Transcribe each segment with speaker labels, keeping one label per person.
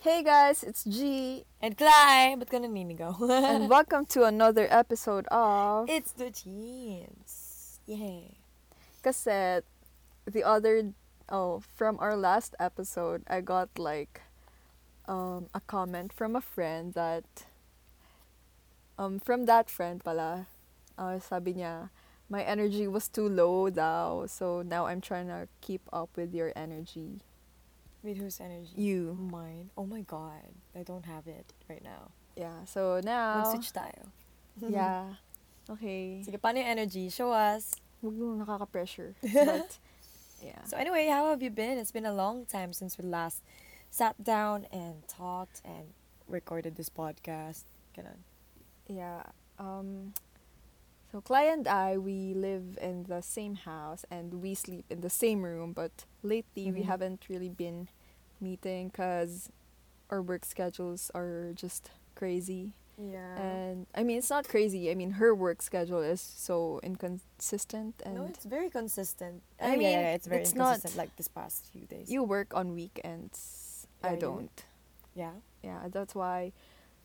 Speaker 1: Hey guys, it's G,
Speaker 2: And Cly, ba't ka naninigaw?
Speaker 1: and welcome to another episode of
Speaker 2: It's the jeans. Yay.
Speaker 1: Cassette. The other, oh, from our last episode, I got like um, a comment from a friend that, um, from that friend pala, uh, sabi niya, my energy was too low daw, so now I'm trying to keep up with your energy.
Speaker 2: Wait, whose energy?
Speaker 1: You.
Speaker 2: Mine. Oh my god. I don't have it right now.
Speaker 1: Yeah, so now,
Speaker 2: Mag-switch tayo.
Speaker 1: yeah, okay.
Speaker 2: Sige, paano yung energy? Show us.
Speaker 1: Huwag mo nakaka-pressure. But, yeah.
Speaker 2: So anyway, how have you been? It's been a long time since we last sat down and talked and recorded this podcast. Ganun.
Speaker 1: Yeah. Um, so, Cly and I, we live in the same house and we sleep in the same room, but lately we
Speaker 2: Mhm.
Speaker 1: haven't really been meeting because our work schedules are just crazy.
Speaker 2: Yeah.
Speaker 1: And I mean, it's not crazy. I mean, her work schedule is so inconsistent and
Speaker 2: no, it's very consistent.
Speaker 1: I
Speaker 2: Oh, Yeah,
Speaker 1: mean,
Speaker 2: yeah, yeah, it's very
Speaker 1: it's not-
Speaker 2: inconsistent like this past few days.
Speaker 1: you work on weekends.
Speaker 2: Yeah,
Speaker 1: I
Speaker 2: you-
Speaker 1: don't.
Speaker 2: Yeah.
Speaker 1: yeah, that's why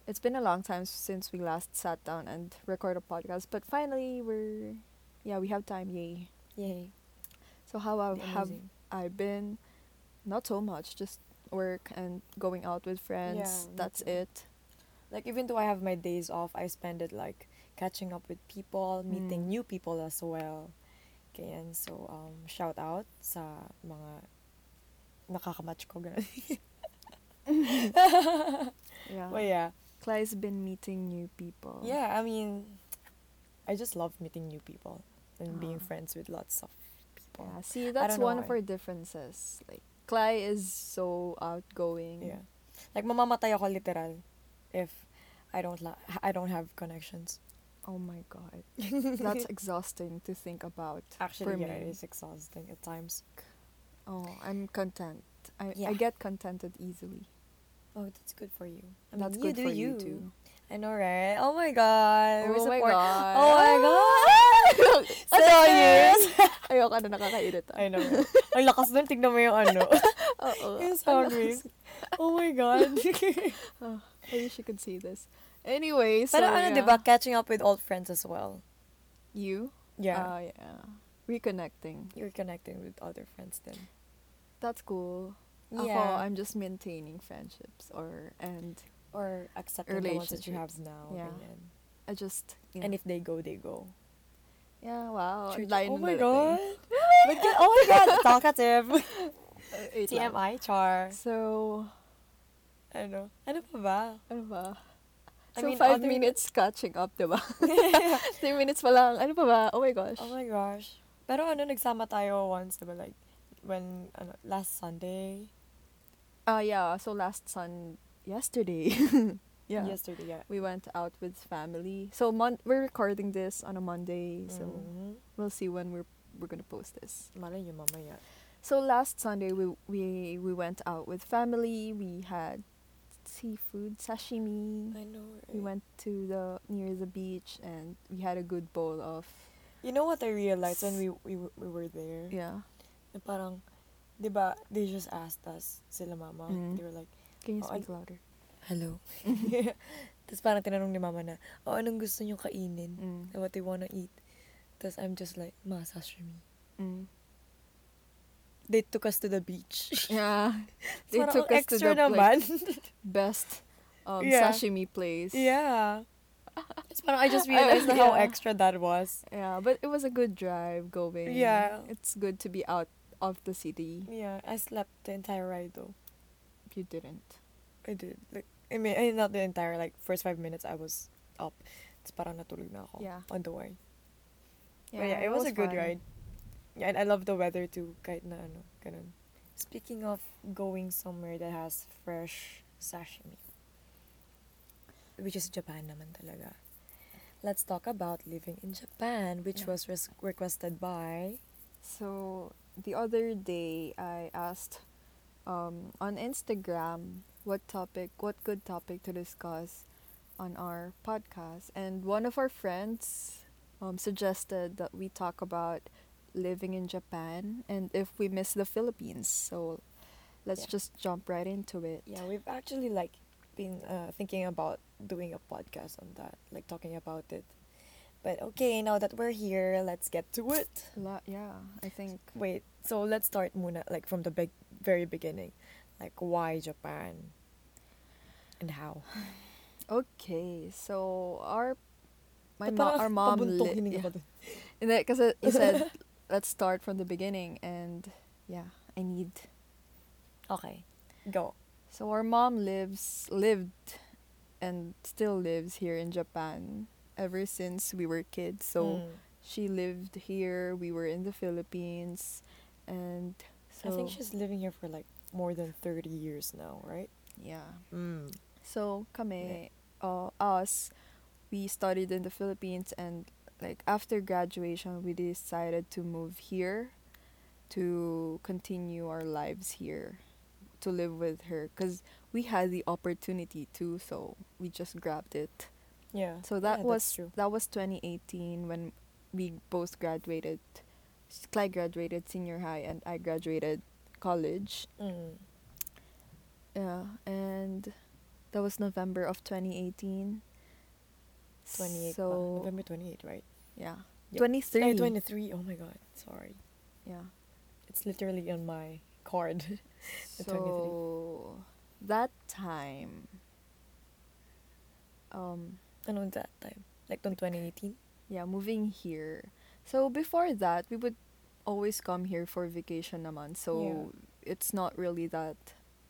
Speaker 1: it's been a long time since we last sat down and record a podcast. But finally, we're yeah, we have time, yay!
Speaker 2: Yay.
Speaker 1: So how have, have
Speaker 2: Amazing.
Speaker 1: I been? Not so much, just work and going out with friends.
Speaker 2: Yeah, me
Speaker 1: that's
Speaker 2: too.
Speaker 1: it.
Speaker 2: like even though I have my days off, I spend it like catching up with people,
Speaker 1: Mm.
Speaker 2: meeting new people as well. Ganyan. So, um, shout out sa mga nakakamatch ko. Ganun.
Speaker 1: Yeah,
Speaker 2: But yeah.
Speaker 1: Cly's been meeting new people.
Speaker 2: Yeah, I mean, I just love meeting new people and being
Speaker 1: Ah.
Speaker 2: friends with lots of people.
Speaker 1: yeah. See, that's
Speaker 2: don't know
Speaker 1: one of
Speaker 2: why.
Speaker 1: our differences. Like Cly is so outgoing.
Speaker 2: Yeah. Like, mamamatay ako literal if I don't la- I don't have connections.
Speaker 1: Oh my god, that's exhausting to think about. for
Speaker 2: Actually, yeah,
Speaker 1: me.
Speaker 2: it is exhausting at times.
Speaker 1: Oh, I'm content. I, I
Speaker 2: Yeah.
Speaker 1: get contented easily.
Speaker 2: Oh, that's good for you. I mean,
Speaker 1: That's
Speaker 2: you
Speaker 1: good
Speaker 2: do
Speaker 1: for
Speaker 2: you.
Speaker 1: you, too.
Speaker 2: I know, right? Oh my god. We're
Speaker 1: Oh my
Speaker 2: support-
Speaker 1: God.
Speaker 2: Oh my god. That's all yours.
Speaker 1: Ayoko na nakakairita.
Speaker 2: I know. right? Ang lakas nun. Tignan mo yung ano.
Speaker 1: Oo.
Speaker 2: yung sorry. Oh my god.
Speaker 1: Oh, I wish you could see this. Anyway, so
Speaker 2: Pero ano,
Speaker 1: yeah.
Speaker 2: diba? Catching up with old friends as well.
Speaker 1: You?
Speaker 2: Yeah.
Speaker 1: Ah, yeah. Reconnecting.
Speaker 2: You're connecting with other friends then.
Speaker 1: That's cool. Ako,
Speaker 2: Yeah.
Speaker 1: I'm just maintaining friendships or and
Speaker 2: Or accepting the ones that you have now.
Speaker 1: Yeah.
Speaker 2: ganyan.
Speaker 1: I just you
Speaker 2: And
Speaker 1: know.
Speaker 2: if they go, they go.
Speaker 1: yeah, wow. eh. ang
Speaker 2: Church-
Speaker 1: layo
Speaker 2: oh
Speaker 1: ng
Speaker 2: my
Speaker 1: darating.
Speaker 2: god. Ba't ka- oh my god. Talkative.
Speaker 1: Uh, wait lang.
Speaker 2: TMI, char.
Speaker 1: So,
Speaker 2: Ano? Ano pa ba?
Speaker 1: ano ba?
Speaker 2: I
Speaker 1: So,
Speaker 2: mean,
Speaker 1: five
Speaker 2: other-
Speaker 1: minutes catching up, diba? Three minutes pa lang. Ano pa ba? Oh my gosh.
Speaker 2: Oh my gosh. Pero ano, nagsama tayo once, diba? Like, when, ano, last Sunday?
Speaker 1: Uh yeah, so last sun yesterday. yeah.
Speaker 2: Yesterday, yeah.
Speaker 1: We went out with family. So mon- we're recording this on a Monday, so
Speaker 2: Mhm.
Speaker 1: we'll see when we're we're going to post this.
Speaker 2: Malay nyo mamaya.
Speaker 1: So last Sunday we we we went out with family. We had seafood sashimi.
Speaker 2: I know.
Speaker 1: We went to the near the beach and we had a good bowl of
Speaker 2: You know what I realized when we we, were- we were there?
Speaker 1: yeah.
Speaker 2: Na parang, diba, they just asked us, sila mama.
Speaker 1: Mm.
Speaker 2: They were like,
Speaker 1: Can you
Speaker 2: Oh, I-
Speaker 1: speak louder?
Speaker 2: hello. Tapos parang tinanong ni mama na, oh, anong gusto nyo kainin?
Speaker 1: Mm.
Speaker 2: And What they wanna eat? Tapos I'm just like, ma, sashimi.
Speaker 1: Mm.
Speaker 2: They took us to the beach.
Speaker 1: Yeah. They
Speaker 2: Parang
Speaker 1: took
Speaker 2: ang
Speaker 1: us to
Speaker 2: extra
Speaker 1: the
Speaker 2: naman.
Speaker 1: like, best um,
Speaker 2: Yeah.
Speaker 1: sashimi place.
Speaker 2: Yeah. Oh, It's parang I just realized how
Speaker 1: yeah.
Speaker 2: extra that was.
Speaker 1: Yeah, but it was a good drive going.
Speaker 2: Yeah.
Speaker 1: It's good to be out of the city.
Speaker 2: Yeah, I slept the entire ride though.
Speaker 1: If you didn't.
Speaker 2: I did. Like, I mean, eh, not the entire, like, first five minutes I was up. It's parang natulog na ako
Speaker 1: Yeah.
Speaker 2: on the way. Oh. Yeah, yeah it was, a good
Speaker 1: fun.
Speaker 2: ride. Yeah, and I love the weather too, kahit na ano, ganun. Speaking of going somewhere that has fresh sashimi, which is Japan naman talaga. Let's talk about living in Japan, which
Speaker 1: Yeah.
Speaker 2: was res- requested by
Speaker 1: So the other day I asked um, on Instagram what topic what good topic to discuss on our podcast and one of our friends um, suggested that we talk about living in Japan and if we miss the Philippines. So Let's
Speaker 2: Yeah.
Speaker 1: just jump right into it.
Speaker 2: Yeah, we've actually like been uh, thinking about doing a podcast on that, like talking about it. But okay, now that we're here, let's get to it.
Speaker 1: La- yeah, I think.
Speaker 2: Wait, so let's start muna like from the big very beginning. Like why Japan? And how?
Speaker 1: Okay, so our my
Speaker 2: Ba't
Speaker 1: mo-
Speaker 2: parang
Speaker 1: our mom
Speaker 2: pabuntukin
Speaker 1: li-
Speaker 2: ka
Speaker 1: yeah.
Speaker 2: ba dun?
Speaker 1: Hindi, kasi he said let's start from the beginning and yeah, I need.
Speaker 2: Okay. Go.
Speaker 1: So our mom lives lived and still lives here in Japan ever since we were kids. So
Speaker 2: Mm.
Speaker 1: she lived here, we were in the Philippines and so
Speaker 2: I think she's living here for like more than 30 years now, right?
Speaker 1: yeah.
Speaker 2: Mm.
Speaker 1: So kami, uh, us, we studied in the Philippines and like after graduation we decided to move here to continue our lives here to live with her because we had the opportunity to so we just grabbed it
Speaker 2: Yeah.
Speaker 1: so that
Speaker 2: yeah,
Speaker 1: was
Speaker 2: that's true.
Speaker 1: that was 2018 when we both graduated Clyde graduated senior high and I graduated college
Speaker 2: Mm.
Speaker 1: yeah, and that was November of 2018.
Speaker 2: 28 pa.
Speaker 1: So,
Speaker 2: November 28, right?
Speaker 1: yeah.
Speaker 2: Yep.
Speaker 1: 23.
Speaker 2: Ay, 23. Oh my god. Sorry.
Speaker 1: Yeah.
Speaker 2: It's literally on my card. The 23.
Speaker 1: So, that time, um,
Speaker 2: and on that time. Like on 2018.
Speaker 1: yeah, moving here. So, before that, we would always come here for vacation naman. So, it's not really that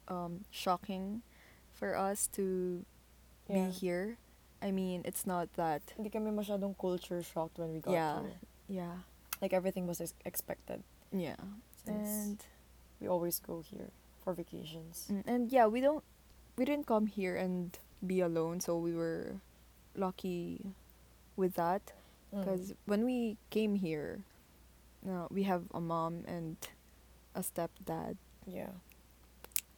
Speaker 1: um, shocking for us to
Speaker 2: Yeah.
Speaker 1: be here. I mean, it's not that,
Speaker 2: Hindi kami masyadong culture shocked when we got
Speaker 1: Yeah.
Speaker 2: here.
Speaker 1: yeah.
Speaker 2: Like everything was ex- expected.
Speaker 1: Yeah. And
Speaker 2: Since we always go here for vacations.
Speaker 1: Mm, and yeah, we don't we didn't come here and be alone, so we were lucky with that
Speaker 2: Mm.
Speaker 1: because when we came here, now we have a mom and a stepdad,
Speaker 2: yeah.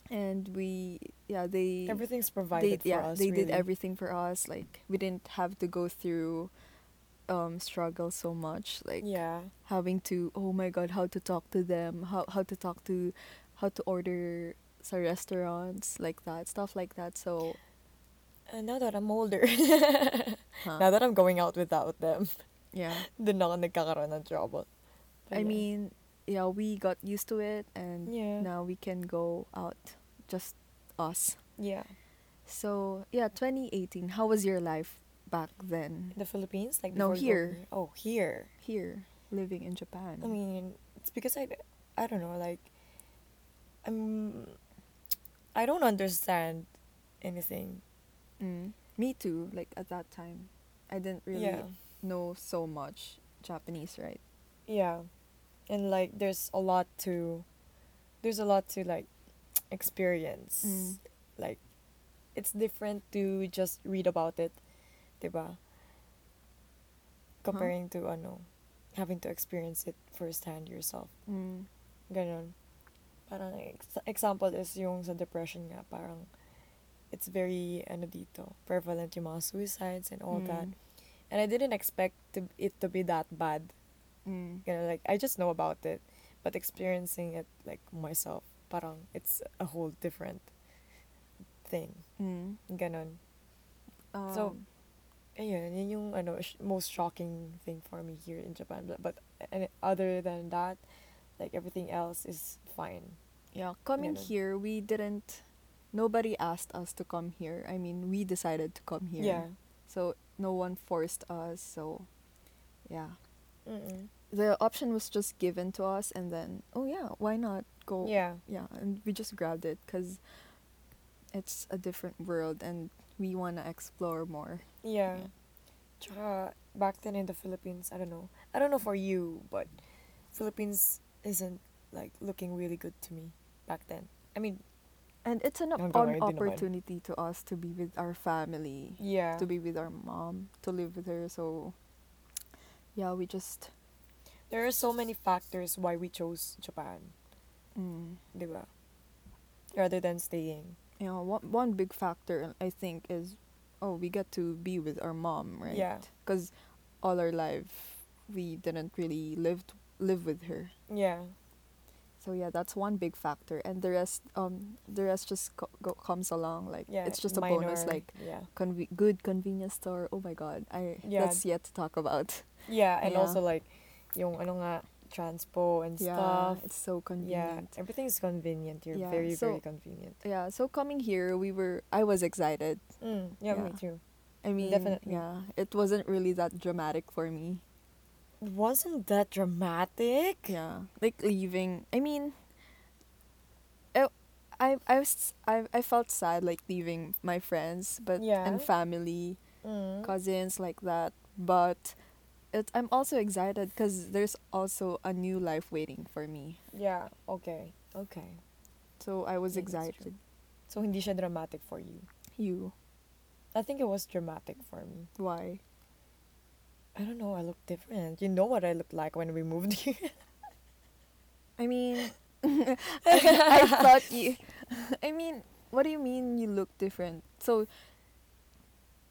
Speaker 1: and we yeah they
Speaker 2: Everything's
Speaker 1: they
Speaker 2: provided for
Speaker 1: yeah
Speaker 2: us.
Speaker 1: they did
Speaker 2: really.
Speaker 1: everything for us. Like we didn't have to go through um struggle so much like
Speaker 2: Yeah.
Speaker 1: having to oh my god how to talk to them how how to talk to how to order sa restaurants like that stuff like that so
Speaker 2: And now that I'm older,
Speaker 1: huh.
Speaker 2: now that I'm going out without them,
Speaker 1: yeah
Speaker 2: dun ako nagkakaroon ng trouble.
Speaker 1: i
Speaker 2: But yeah.
Speaker 1: mean yeah we got used to it and
Speaker 2: Yeah.
Speaker 1: now we can go out just us
Speaker 2: Yeah.
Speaker 1: so yeah 2018 how was your life back then
Speaker 2: The Philippines? Like
Speaker 1: No,
Speaker 2: before you go
Speaker 1: here.
Speaker 2: Oh, here.
Speaker 1: here living in japan
Speaker 2: I mean, it's because I, I don't know, like, I'm, I don't understand anything.
Speaker 1: mm. me too like at that time i didn't really
Speaker 2: Yeah,
Speaker 1: know so much japanese right
Speaker 2: yeah, and like, there's a lot to, there's a lot to like, experience.
Speaker 1: Mm.
Speaker 2: Like, it's different to just read about it, diba? Comparing to ano, having to experience it firsthand yourself.
Speaker 1: mm.
Speaker 2: Ganon. Parang ex- example is yung sa depression nga, parang it's very, ano dito, prevalent yung mga suicides and all that.
Speaker 1: Mm.
Speaker 2: And I didn't expect to, it to be that bad.
Speaker 1: Mm.
Speaker 2: You know, like, I just know about it. But experiencing it, like, myself, parang it's a whole different thing.
Speaker 1: Mm.
Speaker 2: Ganon.
Speaker 1: Um,
Speaker 2: So, Ayun, yun yung ano, sh- most shocking thing for me here in Japan. But, but and other than that, like, everything else is fine.
Speaker 1: yeah, coming
Speaker 2: ganun.
Speaker 1: here, we didn't. Nobody asked us to come here. I mean, we decided to come here.
Speaker 2: Yeah.
Speaker 1: So no one forced us. So, yeah,
Speaker 2: Mm-mm.
Speaker 1: the option was just given to us, and then oh yeah, why not go?
Speaker 2: Yeah.
Speaker 1: yeah, and we just grabbed it because it's a different world, and we wanna explore more.
Speaker 2: Yeah.
Speaker 1: Yeah.
Speaker 2: Tsaka, back then in the Philippines, I don't know. I don't know for you, but Philippines isn't like looking really good to me back then. I mean,
Speaker 1: And it's an,
Speaker 2: Hanggang
Speaker 1: op-
Speaker 2: ngayon din
Speaker 1: an
Speaker 2: naman.
Speaker 1: opportunity to us to be with our family.
Speaker 2: yeah.
Speaker 1: to be with our mom, to live with her. So, yeah, we just.
Speaker 2: There are so many factors why we chose Japan,
Speaker 1: Mm,
Speaker 2: diba? Rather than staying.
Speaker 1: you know, one, one big factor I think is, oh, we get to be with our mom, right?
Speaker 2: Yeah.
Speaker 1: Because all our life we didn't really live live with her.
Speaker 2: Yeah.
Speaker 1: So yeah, that's one big factor, and the rest, um, the rest just co- go- comes along. Like
Speaker 2: Yeah.
Speaker 1: it's just a bonus.
Speaker 2: minor,
Speaker 1: Like
Speaker 2: yeah.
Speaker 1: conve- good convenience store. Oh my god, I
Speaker 2: Yeah.
Speaker 1: that's yet to talk about.
Speaker 2: Yeah, and
Speaker 1: Yeah.
Speaker 2: also like yung ano nga transpo and
Speaker 1: yeah,
Speaker 2: stuff.
Speaker 1: it's so
Speaker 2: Yeah,
Speaker 1: convenient.
Speaker 2: everything's convenient. You're
Speaker 1: Yeah,
Speaker 2: very very
Speaker 1: so-
Speaker 2: convenient.
Speaker 1: Yeah. So coming here, we were. I was excited.
Speaker 2: Mm, yeah, me
Speaker 1: Yeah.
Speaker 2: too.
Speaker 1: I mean,
Speaker 2: Definitely.
Speaker 1: yeah, it wasn't really that dramatic for me.
Speaker 2: Wasn't that dramatic?
Speaker 1: Yeah, like leaving. I mean, I, I, I was, I, I felt sad like leaving my friends, but
Speaker 2: Yeah.
Speaker 1: and family,
Speaker 2: Mm.
Speaker 1: cousins like that. But it, I'm also excited because there's also a new life waiting for me.
Speaker 2: Yeah. Okay. Okay.
Speaker 1: So I was
Speaker 2: Yeah, that's
Speaker 1: excited.
Speaker 2: So hindi siya dramatic for you.
Speaker 1: You,
Speaker 2: I think it was dramatic for me.
Speaker 1: why?
Speaker 2: I don't know. I look different. You know what I looked like when we moved here.
Speaker 1: I mean, I, I thought you. I mean, what do you mean you look different? So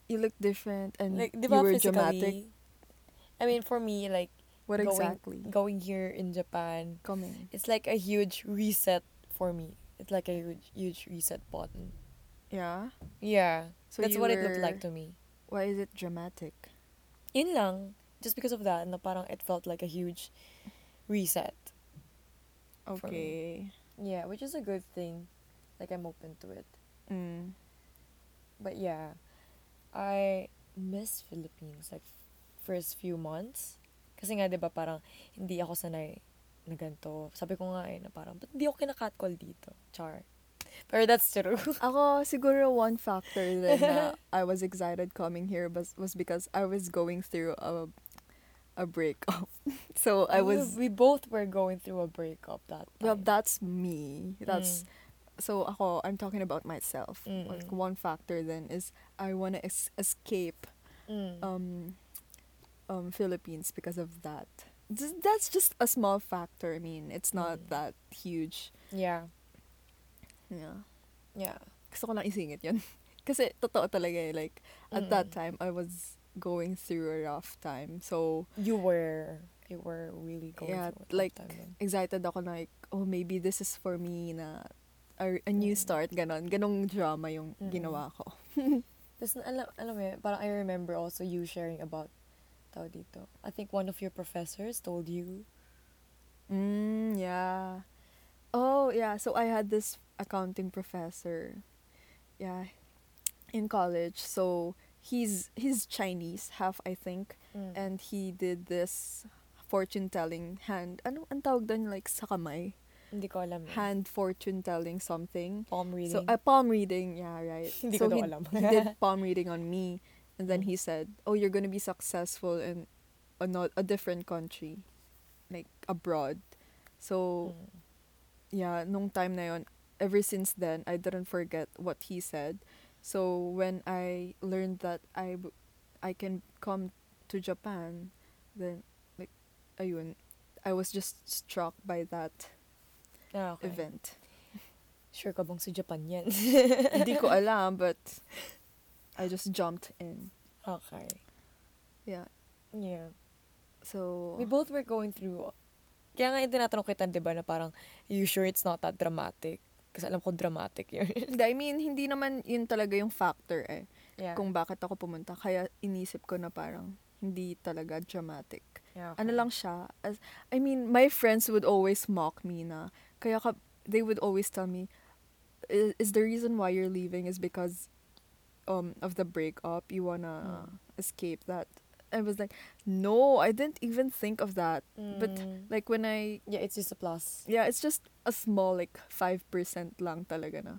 Speaker 1: you look different, and
Speaker 2: like, di
Speaker 1: you
Speaker 2: ba
Speaker 1: were dramatic.
Speaker 2: physically? I mean, for me, like
Speaker 1: What
Speaker 2: going,
Speaker 1: exactly?
Speaker 2: going here in Japan,
Speaker 1: Coming.
Speaker 2: it's like a huge reset for me. It's like a huge, huge reset button.
Speaker 1: Yeah.
Speaker 2: Yeah.
Speaker 1: So
Speaker 2: that's
Speaker 1: you
Speaker 2: what it looked
Speaker 1: were-
Speaker 2: like to me.
Speaker 1: Why is it dramatic?
Speaker 2: Yun lang. Just because of that, na parang it felt like a huge reset. For
Speaker 1: Okay.
Speaker 2: Yeah, which is a good thing. Like I'm open to it.
Speaker 1: Mm.
Speaker 2: But yeah, I miss Philippines like first few months. Kasi nga, di ba, parang hindi ako sanay na ganito. Sabi ko nga eh, na parang, ba't hindi ako kinakatcall dito? Char. Pero that's true.
Speaker 1: Ako siguro one factor then na I was excited coming here was was because I was going through a a breakup. so
Speaker 2: Oh,
Speaker 1: I was
Speaker 2: We, we both were going through a breakup that time.
Speaker 1: well that's me. That's so ako I'm talking about myself.
Speaker 2: Mm. Mm-mm.
Speaker 1: Like one factor then is I want to es- escape
Speaker 2: Mm.
Speaker 1: um um Philippines because of that. Th- that's just a small factor. I mean, it's not
Speaker 2: Mm.
Speaker 1: that huge.
Speaker 2: yeah.
Speaker 1: Yeah.
Speaker 2: Yeah.
Speaker 1: gusto ko lang isingit yun. Kasi totoo talaga eh. Like, at that
Speaker 2: Mm.
Speaker 1: time, I was going through a rough time. So,
Speaker 2: You were, you were really going
Speaker 1: yeah,
Speaker 2: through it that
Speaker 1: like,
Speaker 2: time then.
Speaker 1: excited ako na like, oh, maybe this is for me na a, a new
Speaker 2: Mm.
Speaker 1: start, ganon. Ganong drama yung
Speaker 2: Mm.
Speaker 1: ginawa ko.
Speaker 2: Tapos, na- alam, alam mo yun, parang I remember also you sharing about tao dito. I think one of your professors told you.
Speaker 1: Mm, yeah. Oh, yeah. So, I had this accounting professor. Yeah. In college. So, he's he's Chinese, half, I think. and he did this fortune telling hand ano ang tawag doon like sa kamay
Speaker 2: hindi ko alam. eh.
Speaker 1: hand fortune telling something
Speaker 2: Palm reading.
Speaker 1: so a palm reading yeah right
Speaker 2: hindi
Speaker 1: so
Speaker 2: ko daw
Speaker 1: he,
Speaker 2: alam.
Speaker 1: he did palm reading on me and then
Speaker 2: Mm.
Speaker 1: he said oh you're gonna be successful in a, not, a different country like abroad so
Speaker 2: Mm.
Speaker 1: yeah, nung time na yon, ever since then, I didn't forget what he said. So when I learned that I, w- I can come to Japan, then like, ayun, I was just struck by that
Speaker 2: Ah, okay.
Speaker 1: event.
Speaker 2: Sure ka bang sa Japan yan?
Speaker 1: Hindi ko alam, but I just jumped in.
Speaker 2: okay.
Speaker 1: Yeah.
Speaker 2: Yeah. We
Speaker 1: So
Speaker 2: both were going through. Kaya nga yung tinatanong kita, di ba, na parang, you sure it's not that dramatic? Kasi alam ko dramatic yun.
Speaker 1: hindi, I mean, hindi naman yun talaga yung factor eh.
Speaker 2: yeah.
Speaker 1: Kung bakit ako pumunta. Kaya inisip ko na parang hindi talaga dramatic.
Speaker 2: yeah okay.
Speaker 1: ano lang siya, as, I mean, my friends would always mock me na, kaya ka, they would always tell me, "I- is the reason why you're leaving is because um of the breakup, you wanna
Speaker 2: Mm.
Speaker 1: escape that. I was like, no, I didn't even think of that. But
Speaker 2: Mm.
Speaker 1: like when I,
Speaker 2: yeah, it's just a plus.
Speaker 1: yeah, it's just a small like 5% lang talaga na.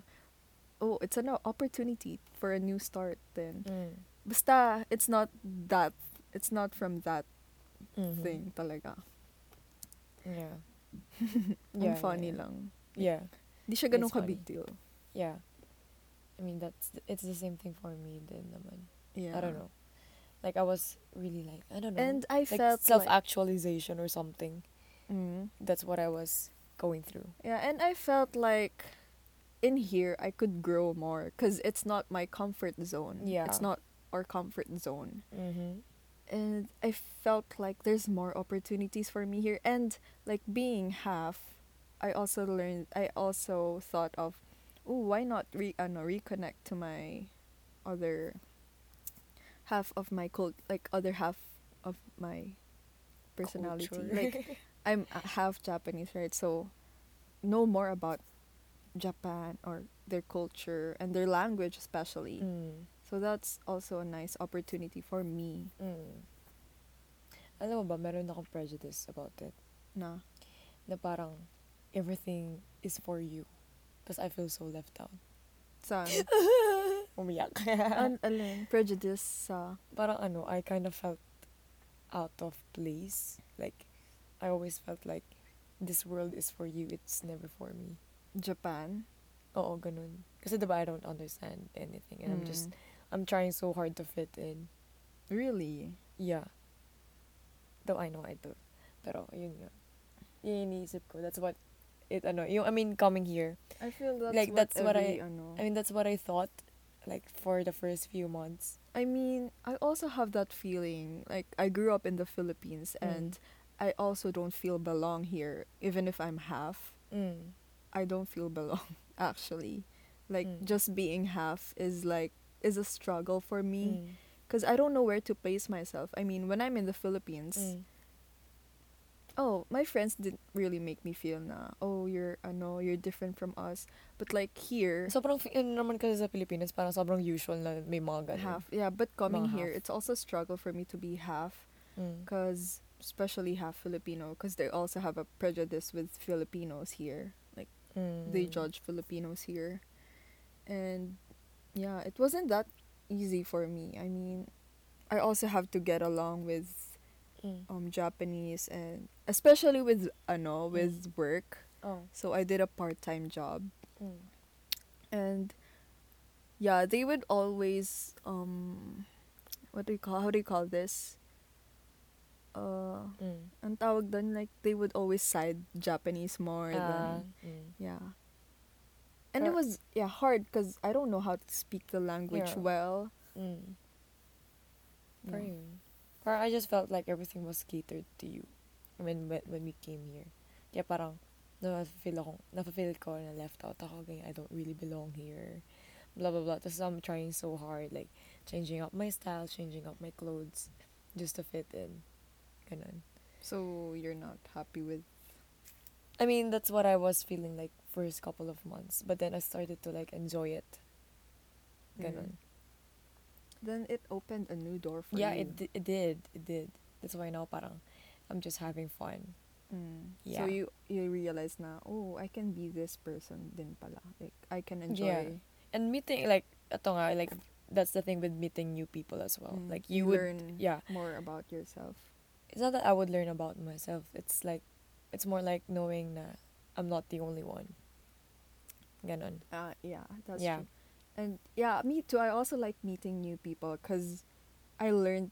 Speaker 1: Oh, it's an opportunity for a new start then.
Speaker 2: Mm.
Speaker 1: Basta, it's not that, it's not from that
Speaker 2: Mhm.
Speaker 1: thing talaga.
Speaker 2: Yeah.
Speaker 1: Ang funny
Speaker 2: yeah.
Speaker 1: lang.
Speaker 2: Yeah.
Speaker 1: Di siya ganun
Speaker 2: It's funny.
Speaker 1: ka-big deal.
Speaker 2: Yeah. I mean, that's it's the same thing for me din naman.
Speaker 1: Yeah.
Speaker 2: I don't know. Like I was really like I don't know.
Speaker 1: And I
Speaker 2: like
Speaker 1: felt
Speaker 2: self
Speaker 1: like,
Speaker 2: actualization or something.
Speaker 1: Mm.
Speaker 2: That's what I was going through.
Speaker 1: yeah, and I felt like in here I could grow more because it's not my comfort zone.
Speaker 2: Yeah.
Speaker 1: It's not our comfort zone.
Speaker 2: Mm-hmm.
Speaker 1: And I felt like there's more opportunities for me here. And like being half I also learned I also thought of oh why not re ano, reconnect to my other half of my cult like other half of my personality
Speaker 2: Culture.
Speaker 1: like I'm a- half Japanese right so know more about Japan or their culture and their language especially
Speaker 2: Mm.
Speaker 1: so that's also a nice opportunity for me
Speaker 2: Mm. Alam mo ba, meron akong prejudice about it.
Speaker 1: na
Speaker 2: Na parang, everything is for you. Tapos I feel so left out.
Speaker 1: sa
Speaker 2: Umiyak.
Speaker 1: an alin prejudice sa
Speaker 2: parang ano, I kind of felt out of place. Like, I always felt like, this world is for you, it's never for me.
Speaker 1: Japan
Speaker 2: Oo, ganun. Kasi diba, I don't understand anything. And I'm
Speaker 1: Mm.
Speaker 2: just, I'm trying so hard to fit in.
Speaker 1: Hmm. really
Speaker 2: Yeah. Though I know I do. Pero, yun nga. Yun yung iniisip ko. That's what, it, ano, yung, I mean, coming here.
Speaker 1: I feel that's
Speaker 2: Like,
Speaker 1: what
Speaker 2: that's what
Speaker 1: every, ano,
Speaker 2: I mean, that's what I thought, like, for the first few months.
Speaker 1: I mean, I also have that feeling. Like I grew up in the Philippines
Speaker 2: Mm.
Speaker 1: and I also don't feel belong here even if I'm half.
Speaker 2: Mm.
Speaker 1: I don't feel belong actually. Like
Speaker 2: Mm.
Speaker 1: just being half is like is a struggle for
Speaker 2: Hmm.
Speaker 1: me cuz I don't know where to place myself. I mean, when I'm in the Philippines,
Speaker 2: Mm.
Speaker 1: oh, my friends didn't really make me feel na, oh, you're ano, you're different from us. But like here,
Speaker 2: Sobrang, fi- ano naman kasi sa Pilipinas, parang sobrang usual na may mga ganun.
Speaker 1: half. Yeah, but coming
Speaker 2: Mga
Speaker 1: here,
Speaker 2: half.
Speaker 1: it's also a struggle for me to be half.
Speaker 2: Mm.
Speaker 1: because especially half Filipino, because they also have a prejudice with Filipinos here. Like
Speaker 2: Mm.
Speaker 1: they judge Filipinos here, and yeah, it wasn't that easy for me. I mean, I also have to get along with
Speaker 2: Mm.
Speaker 1: um Japanese and especially with ano
Speaker 2: Mm.
Speaker 1: with work.
Speaker 2: Oh.
Speaker 1: So I did a part time job
Speaker 2: Mm.
Speaker 1: and yeah they would always um what do you call how do you call this uh
Speaker 2: Mm.
Speaker 1: ang tawag doon, like, they would always side Japanese more
Speaker 2: Ah,
Speaker 1: than,
Speaker 2: mm.
Speaker 1: yeah. And it
Speaker 2: Or-
Speaker 1: was, yeah, hard because I don't know how to speak the language
Speaker 2: Yeah.
Speaker 1: well.
Speaker 2: Mm. For
Speaker 1: Yeah.
Speaker 2: you. Parang I just felt like everything was catered to you. I mean, when, when we came here. Kaya parang, na-feel ako, na-feel ko na left out ako, ganyan, I don't really belong here. Blah, blah, blah. Tapos I'm trying so hard, like, changing up my style, changing up my clothes, just to fit in. Ganun.
Speaker 1: So you're not happy with,
Speaker 2: I mean, that's what I was feeling, like, first couple of months. But then I started to, like, enjoy it. Ganun.
Speaker 1: Mm. Then it opened a new door for
Speaker 2: Yeah,
Speaker 1: you.
Speaker 2: it, di- it did. It did. That's why now parang, I'm just having fun.
Speaker 1: Mm. So
Speaker 2: Yeah.
Speaker 1: you you realize na, oh, I can be this person din pala. Like, I can enjoy.
Speaker 2: and meeting like ito nga, like that's the thing with meeting new people as well
Speaker 1: Mm,
Speaker 2: like you, would
Speaker 1: learn
Speaker 2: yeah
Speaker 1: more about yourself.
Speaker 2: it's not that i would learn about myself it's like it's more like knowing that i'm not the only one ganon
Speaker 1: Uh, yeah, that's
Speaker 2: Yeah.
Speaker 1: true. And yeah, me too. I also like meeting new people because I learned.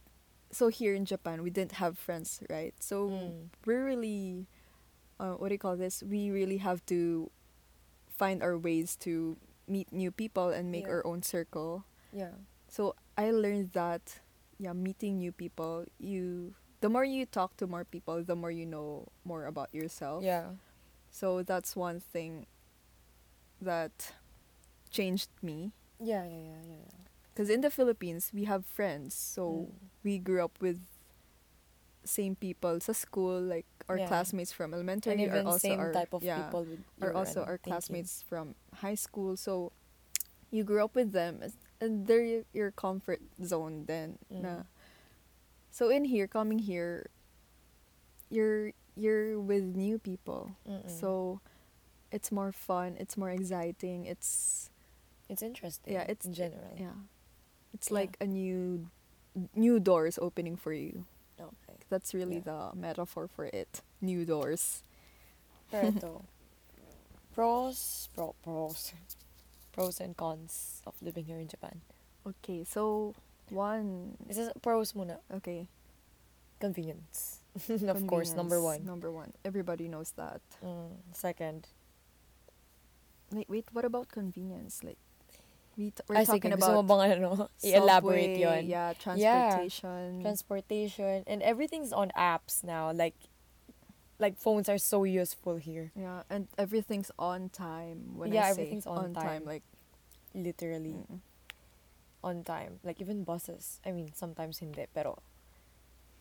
Speaker 1: So here in Japan, we didn't have friends, right? So
Speaker 2: Mm.
Speaker 1: we're really, uh, what do you call this? We really have to find our ways to meet new people and make
Speaker 2: Yeah.
Speaker 1: our own circle.
Speaker 2: yeah
Speaker 1: So I learned that, yeah, meeting new people, you the more you talk to more people, the more you know more about yourself.
Speaker 2: yeah
Speaker 1: So that's one thing that changed me.
Speaker 2: yeah yeah yeah yeah, yeah.
Speaker 1: Because in the Philippines, we have friends. So
Speaker 2: Mm.
Speaker 1: we grew up with same people sa school, like our
Speaker 2: Yeah.
Speaker 1: classmates from elementary
Speaker 2: and even
Speaker 1: are also
Speaker 2: same
Speaker 1: our,
Speaker 2: type of
Speaker 1: yeah,
Speaker 2: people with
Speaker 1: are
Speaker 2: your,
Speaker 1: also
Speaker 2: ano,
Speaker 1: our
Speaker 2: thinking.
Speaker 1: classmates from high school. So you grew up with them as- and they're y- your comfort zone then.
Speaker 2: Mm.
Speaker 1: Na. So in here, coming here, you're you're with new people.
Speaker 2: Mm-mm.
Speaker 1: So it's more fun, it's more exciting, it's
Speaker 2: it's interesting
Speaker 1: Yeah, it's-
Speaker 2: in general
Speaker 1: yeah. It's
Speaker 2: Yeah.
Speaker 1: like a new new doors opening for you.
Speaker 2: okay
Speaker 1: That's really the metaphor for it. New doors.
Speaker 2: Pero ito, pros, pro, pros, pros and cons of living here in Japan.
Speaker 1: Okay, so one
Speaker 2: This is pros muna.
Speaker 1: okay.
Speaker 2: Convenience. of course, number
Speaker 1: convenience,
Speaker 2: one.
Speaker 1: Number one. Everybody knows that.
Speaker 2: Mm, second,
Speaker 1: Wait, wait, what about convenience? Like we t-
Speaker 2: I
Speaker 1: we're
Speaker 2: think
Speaker 1: talking
Speaker 2: Ah, gusto mo
Speaker 1: about
Speaker 2: bang ano,
Speaker 1: subway,
Speaker 2: i-elaborate yun.
Speaker 1: Yeah, transportation.
Speaker 2: Transportation, and everything's on apps now. Like, like phones are so useful here.
Speaker 1: Yeah, and everything's on time. When
Speaker 2: Yeah,
Speaker 1: I say
Speaker 2: everything's on
Speaker 1: time.
Speaker 2: time.
Speaker 1: Like,
Speaker 2: Literally
Speaker 1: mm.
Speaker 2: on time. Like even buses. I mean, sometimes hindi, pero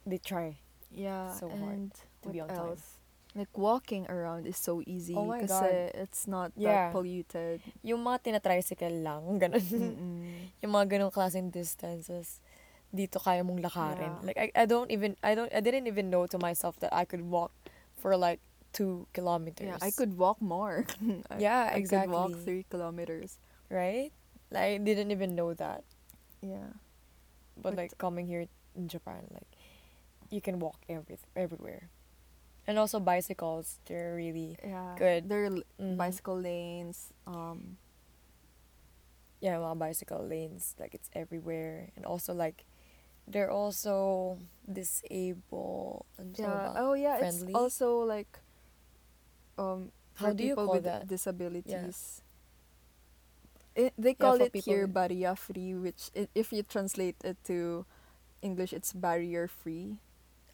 Speaker 2: they try.
Speaker 1: yeah,
Speaker 2: So
Speaker 1: and
Speaker 2: hard to be
Speaker 1: what
Speaker 2: on time.
Speaker 1: else? Like walking around is so easy
Speaker 2: Oh my
Speaker 1: kasi it's not
Speaker 2: Yeah.
Speaker 1: that polluted.
Speaker 2: Yung mga tinatricycle lang,
Speaker 1: Mm.
Speaker 2: ganun.
Speaker 1: Mm-mm.
Speaker 2: yung mga ganong klaseng distances dito kaya mong lakarin.
Speaker 1: Yeah.
Speaker 2: Like I, I don't even I don't I didn't even know to myself that I could walk for like two kilometers.
Speaker 1: Yeah, I could walk more. I-
Speaker 2: Yeah,
Speaker 1: I could
Speaker 2: exactly.
Speaker 1: walk three kilometers.
Speaker 2: Right? Like I didn't even know that.
Speaker 1: Yeah. But-
Speaker 2: But like coming here in Japan, like you can walk every everywhere. And also bicycles, they're really
Speaker 1: Yeah.
Speaker 2: Good.
Speaker 1: There are l-
Speaker 2: Mhm.
Speaker 1: bicycle lanes. Um,
Speaker 2: yeah, mga bicycle lanes, like it's everywhere. And also like they're also disabled and so
Speaker 1: yeah.
Speaker 2: on.
Speaker 1: Oh yeah,
Speaker 2: friendly?
Speaker 1: it's also like um
Speaker 2: How
Speaker 1: for
Speaker 2: do you
Speaker 1: people
Speaker 2: call
Speaker 1: with
Speaker 2: that?
Speaker 1: disabilities. It, they call
Speaker 2: for
Speaker 1: it
Speaker 2: people
Speaker 1: here
Speaker 2: with-
Speaker 1: barrier free, which i if you translate it to English, it's barrier free.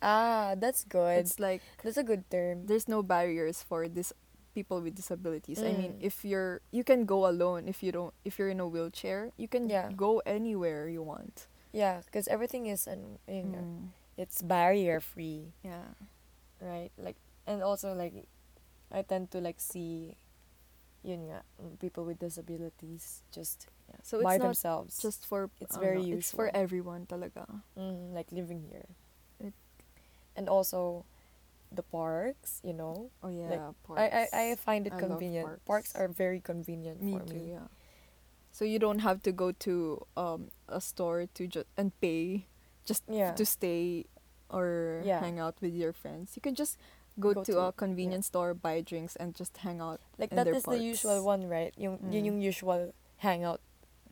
Speaker 2: Ah, that's good.
Speaker 1: It's like
Speaker 2: That's a good term.
Speaker 1: there's no barriers for this people with disabilities. I mean,
Speaker 2: Mm.
Speaker 1: if you're you can go alone if you don't if you're in a wheelchair, you can
Speaker 2: Yeah.
Speaker 1: go anywhere you want.
Speaker 2: Yeah, because everything is an you know,
Speaker 1: Mm.
Speaker 2: it's barrier free,
Speaker 1: Yeah.
Speaker 2: right? Like and also like I tend to like see yun nga, mm, people with disabilities just
Speaker 1: yeah. So it's
Speaker 2: by
Speaker 1: not
Speaker 2: themselves.
Speaker 1: just for
Speaker 2: It's
Speaker 1: ano,
Speaker 2: very
Speaker 1: It's for
Speaker 2: usual.
Speaker 1: everyone talaga.
Speaker 2: mm, like living here.
Speaker 1: It-
Speaker 2: and also the parks, you know.
Speaker 1: Oh yeah,
Speaker 2: I, I I
Speaker 1: parks.
Speaker 2: find it
Speaker 1: I love
Speaker 2: convenient.
Speaker 1: parks.
Speaker 2: are very convenient
Speaker 1: me
Speaker 2: for
Speaker 1: too.
Speaker 2: me.
Speaker 1: Yeah. So you don't have to go to um a store to just and pay just
Speaker 2: Yeah.
Speaker 1: to stay or
Speaker 2: Yeah.
Speaker 1: hang out with your friends. You can just go, to,
Speaker 2: Go to-
Speaker 1: a
Speaker 2: yeah.
Speaker 1: convenience store, buy drinks and just hang out.
Speaker 2: Like
Speaker 1: And
Speaker 2: that
Speaker 1: their
Speaker 2: is the usual
Speaker 1: parks.
Speaker 2: one, right? Yung yun
Speaker 1: Mm.
Speaker 2: yung usual hangout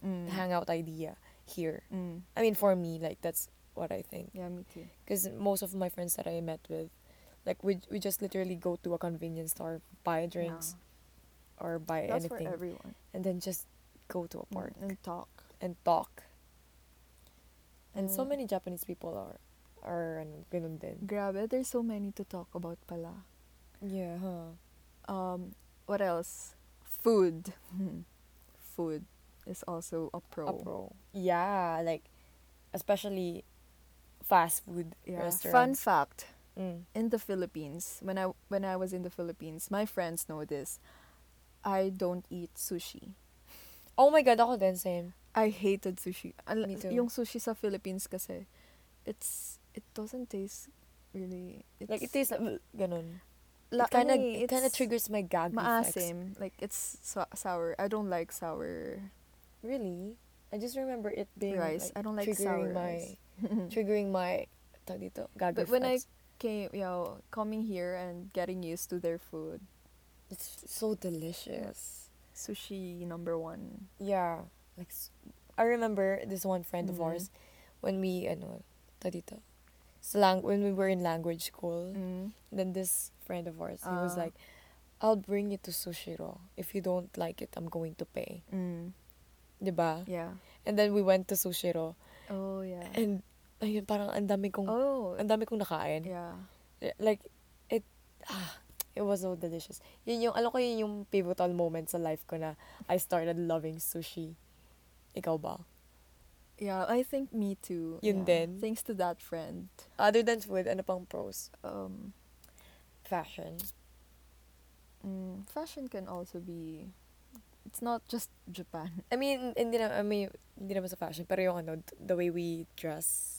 Speaker 1: Mm.
Speaker 2: hangout idea here.
Speaker 1: Mm.
Speaker 2: I mean, for me, like that's what I think.
Speaker 1: Yeah, me too.
Speaker 2: Because most of my friends that I met with, like we we just literally go to a convenience store, buy drinks or buy
Speaker 1: Yeah. That's
Speaker 2: anything,
Speaker 1: for everyone.
Speaker 2: and then just go to a
Speaker 1: Mm,
Speaker 2: park
Speaker 1: And talk.
Speaker 2: and talk. And so
Speaker 1: Mm.
Speaker 2: many Japanese people are are ano, ganun din.
Speaker 1: Grabe, there's so many to talk about pala.
Speaker 2: Yeah, huh.
Speaker 1: Um, what else? Food. Food is also a pro.
Speaker 2: A pro. Yeah, like especially fast food
Speaker 1: Yeah. Fun
Speaker 2: restaurants.
Speaker 1: fact:
Speaker 2: Mm.
Speaker 1: in the Philippines, when I when I was in the Philippines, my friends know this. I don't eat sushi.
Speaker 2: Oh my god, ako din same.
Speaker 1: I hated sushi. Al-
Speaker 2: Me too.
Speaker 1: Yung sushi sa Philippines kasi, it's it doesn't taste really. It's,
Speaker 2: Like it tastes like ganun.
Speaker 1: la-
Speaker 2: it kind of
Speaker 1: ano eh,
Speaker 2: it kind of
Speaker 1: it's
Speaker 2: triggers my gag reflex.
Speaker 1: Maasim. Like it's so- sour. I don't like sour
Speaker 2: Really? I just remember it being
Speaker 1: rice.
Speaker 2: like,
Speaker 1: I don't like sour
Speaker 2: triggering
Speaker 1: rice. Mm.
Speaker 2: my triggering my tawag dito, gag
Speaker 1: But when I
Speaker 2: reflex.
Speaker 1: came, you know, coming here and getting used to their food,
Speaker 2: it's so delicious.
Speaker 1: sushi number one.
Speaker 2: Yeah. Like s- I remember this one friend of
Speaker 1: Mhm.
Speaker 2: ours when we ano tawag dito. Sa lang when we were in language school,
Speaker 1: Mm.
Speaker 2: then this friend of ours, he was
Speaker 1: Ah.
Speaker 2: like, "I'll bring you to Sushiro. If you don't like it, I'm going to pay."
Speaker 1: Mm.
Speaker 2: 'Di ba?
Speaker 1: Yeah.
Speaker 2: And then we went to Sushiro
Speaker 1: Oh yeah.
Speaker 2: and ayun parang ang dami kong
Speaker 1: oh
Speaker 2: ang dami kong nakain.
Speaker 1: yeah.
Speaker 2: like it ah, it was so delicious. Yun yung alam ko yun yung pivotal moment sa life ko na I started loving sushi. Ikaw ba?
Speaker 1: Yeah, I think me too.
Speaker 2: Yun
Speaker 1: yeah.
Speaker 2: din.
Speaker 1: Thanks to that friend.
Speaker 2: Other than food, ano pang pros?
Speaker 1: Um,
Speaker 2: Fashion.
Speaker 1: mm, fashion can also be. It's not just Japan.
Speaker 2: I mean, hindi na, I mean, hindi naman sa fashion, pero yung ano, the way we dress,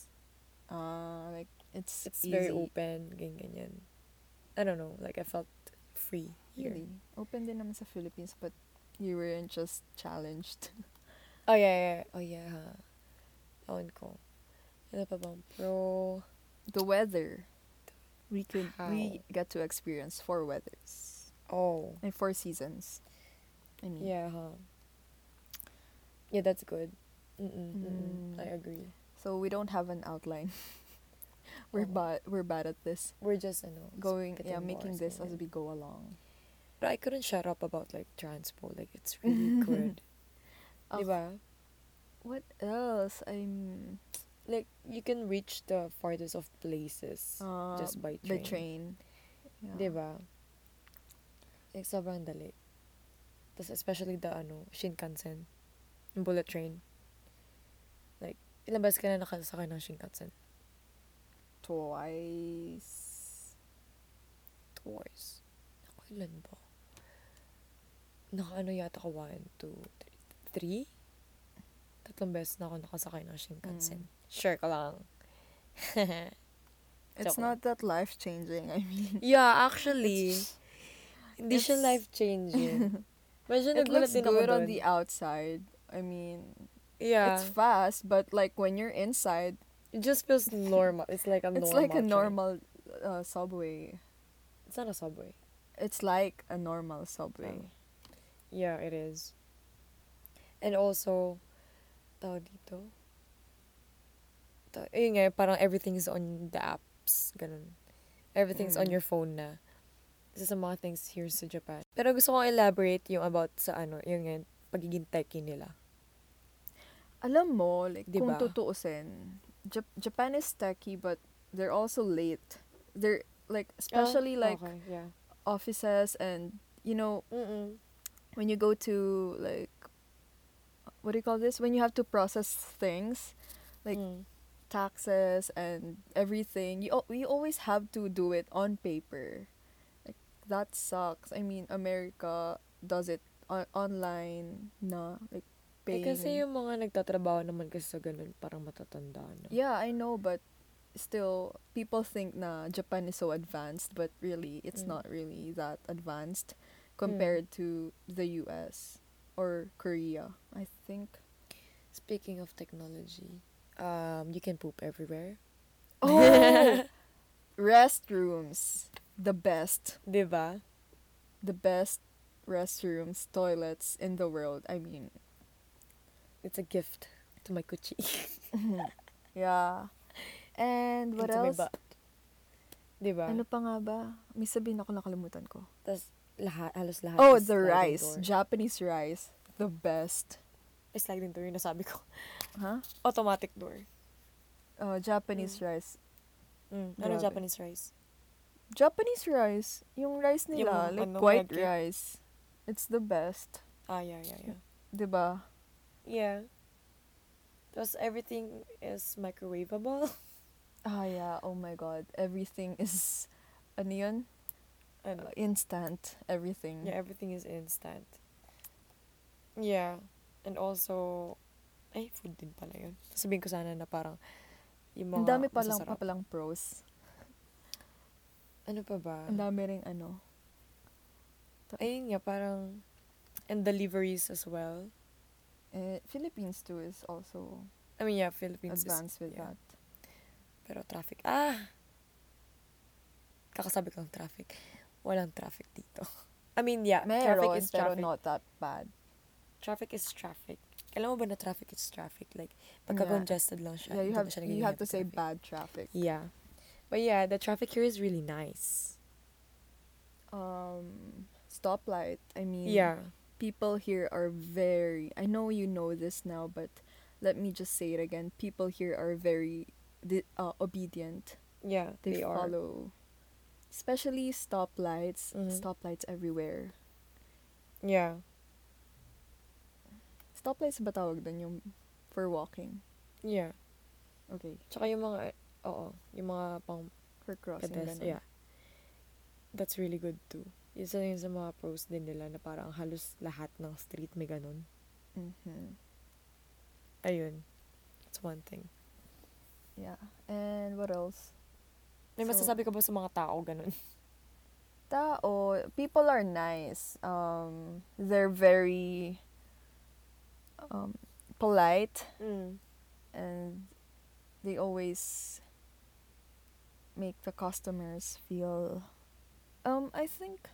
Speaker 1: Uh, like it's
Speaker 2: it's
Speaker 1: easy.
Speaker 2: very open, ganyan, ganyan. I don't know, like I felt free here.
Speaker 1: Really open din naman sa Philippines, but you weren't just challenged.
Speaker 2: Oh, yeah, yeah, yeah. oh, yeah, ha. Ewan ko. Ano pa bang pro?
Speaker 1: the weather. We could we
Speaker 2: How?
Speaker 1: get to experience four weathers
Speaker 2: Oh.
Speaker 1: and four seasons. I mean,
Speaker 2: Yeah, huh. Yeah, that's good. Mm-mm, mm-mm.
Speaker 1: Mm.
Speaker 2: I agree.
Speaker 1: So we don't have an outline. we're
Speaker 2: Oh.
Speaker 1: bad. We're bad at this.
Speaker 2: We're just, ano,
Speaker 1: Going,
Speaker 2: spitting
Speaker 1: yeah,
Speaker 2: bars,
Speaker 1: making this as
Speaker 2: ganyan.
Speaker 1: we go along.
Speaker 2: But I couldn't shut up about, like, transpo. Like, it's really good.
Speaker 1: Oh.
Speaker 2: Diba?
Speaker 1: What else? I'm
Speaker 2: Like, you can reach the farthest of places
Speaker 1: uh,
Speaker 2: just by train.
Speaker 1: by train. Yeah.
Speaker 2: Diba? Like, sobrang dali. Tapos especially the, ano, Shinkansen. Yung bullet train. Like, ilang beses ka na nakasakay ng Shinkansen?
Speaker 1: Twice.
Speaker 2: Twice. Ako, ilan ba? Naka ano yata ka, one, two, three. three? Tatlong beses na ako nakasakay ng Shinkansen.
Speaker 1: Hmm.
Speaker 2: Sure ka lang.
Speaker 1: It's
Speaker 2: Joke lang.
Speaker 1: not that life changing. I mean,
Speaker 2: Yeah, actually. Hindi siya
Speaker 1: it's-
Speaker 2: life-changing. Medyo
Speaker 1: it
Speaker 2: nagulat
Speaker 1: looks
Speaker 2: din ako
Speaker 1: good on
Speaker 2: dun.
Speaker 1: the outside. I mean,
Speaker 2: Yeah.
Speaker 1: it's fast, but like when you're inside,
Speaker 2: It just feels normal. It's like a normal.
Speaker 1: it's like a
Speaker 2: train.
Speaker 1: normal uh, subway.
Speaker 2: It's not a subway.
Speaker 1: It's like a normal subway.
Speaker 2: Oh. Yeah, it is. And also, tawag dito. Ta- Ayun nga, parang everything's on the apps. Ganun. Everything's on
Speaker 1: Mm.
Speaker 2: your phone na. Isa sa mga things here sa Japan. Pero gusto kong elaborate yung about sa ano, yun nga, pagiging techie nila.
Speaker 1: Alam mo, like, kung
Speaker 2: Diba?
Speaker 1: tutuusin, Jap- Japan is techy, but they're also late. They're, like, especially, Ah, like,
Speaker 2: Ah, Okay, yeah.
Speaker 1: offices and, you know,
Speaker 2: Mm-mm.
Speaker 1: when you go to, like, what do you call this? When you have to process things, like,
Speaker 2: Mm.
Speaker 1: taxes and everything, you, al- we always have to do it on paper. Like, that sucks. I mean, America does it on- online na, like,
Speaker 2: Eh,
Speaker 1: paying.
Speaker 2: kasi yung mga nagtatrabaho naman kasi sa ganun, parang matatanda na.
Speaker 1: Yeah, I know, but still, people think na Japan is so advanced, but really, it's
Speaker 2: Mm.
Speaker 1: not really that advanced compared to the US or Korea, I think.
Speaker 2: Speaking of technology, um, you can poop everywhere.
Speaker 1: Oh! restrooms. The best.
Speaker 2: Diba?
Speaker 1: The best restrooms, toilets in the world. I mean,
Speaker 2: It's a gift to my kuchi.
Speaker 1: yeah. And what
Speaker 2: And to my
Speaker 1: else?
Speaker 2: butt. Diba?
Speaker 1: Ano pa nga ba? May sabihin ako nakalimutan ko.
Speaker 2: Tas lahat, halos lahat.
Speaker 1: Oh,
Speaker 2: is
Speaker 1: the
Speaker 2: sliding
Speaker 1: rice.
Speaker 2: Door.
Speaker 1: Japanese rice. The best.
Speaker 2: Eh, sliding door yung nasabi ko.
Speaker 1: Huh?
Speaker 2: Automatic door.
Speaker 1: Uh, Japanese rice.
Speaker 2: Mm. Ano
Speaker 1: Grabe.
Speaker 2: Japanese rice?
Speaker 1: Japanese rice, yung rice nila,
Speaker 2: Yung
Speaker 1: like
Speaker 2: ano,
Speaker 1: white
Speaker 2: nagi.
Speaker 1: rice. It's the best,
Speaker 2: Ah, yeah, yeah, yeah.
Speaker 1: 'di ba?
Speaker 2: Yeah. Tapos everything is microwavable.
Speaker 1: Ah yeah, oh my god. Everything is ano yun?
Speaker 2: ano?
Speaker 1: Uh, instant everything.
Speaker 2: Yeah, everything is instant. Yeah. And also, ay, food din pala yun. Sabihin ko sana na parang yung mga
Speaker 1: Ang dami pa lang
Speaker 2: masasarap.
Speaker 1: pa palang pros.
Speaker 2: Ano pa ba?
Speaker 1: Ang dami ring ano.
Speaker 2: Ayun nga, parang, and deliveries as well.
Speaker 1: Eh, Philippines too is also
Speaker 2: I mean, yeah, Philippines is,
Speaker 1: advanced with
Speaker 2: yeah.
Speaker 1: that.
Speaker 2: pero traffic. Ah! Kakasabi ko ng traffic. Walang traffic dito. I mean, yeah, traffic
Speaker 1: Meron,
Speaker 2: is
Speaker 1: pero
Speaker 2: traffic.
Speaker 1: not that bad.
Speaker 2: Traffic is traffic. Alam mo ba na traffic is traffic? Like,
Speaker 1: Yeah.
Speaker 2: pagka-congested lang siya.
Speaker 1: Yeah, you
Speaker 2: hindi
Speaker 1: have
Speaker 2: na siya
Speaker 1: you
Speaker 2: nagiging
Speaker 1: have to
Speaker 2: heavy
Speaker 1: say
Speaker 2: traffic.
Speaker 1: bad traffic.
Speaker 2: Yeah. But yeah, the traffic here is really nice.
Speaker 1: Um stoplight, I mean.
Speaker 2: Yeah.
Speaker 1: people here are very I know you know this now but let me just say it again people here are very di- uh, obedient
Speaker 2: Yeah,
Speaker 1: they,
Speaker 2: they, are.
Speaker 1: follow especially stoplights
Speaker 2: Mhm.
Speaker 1: stoplights everywhere
Speaker 2: Yeah.
Speaker 1: stoplights ba tawag dun yung for walking
Speaker 2: Yeah.
Speaker 1: okay
Speaker 2: Tsaka yung mga, oo, yung mga pang
Speaker 1: for crossing
Speaker 2: pedes,
Speaker 1: ganun.
Speaker 2: yeah. That's really good too. Isa yun sa mga pros din nila na parang halos lahat ng street may ganun.
Speaker 1: Mhm.
Speaker 2: Ayun. That's one thing.
Speaker 1: yeah and what else
Speaker 2: May
Speaker 1: So-
Speaker 2: masasabi ka ba sa mga tao ganun?
Speaker 1: tao people are nice um they're very um polite
Speaker 2: Mm.
Speaker 1: and they always make the customers feel um I think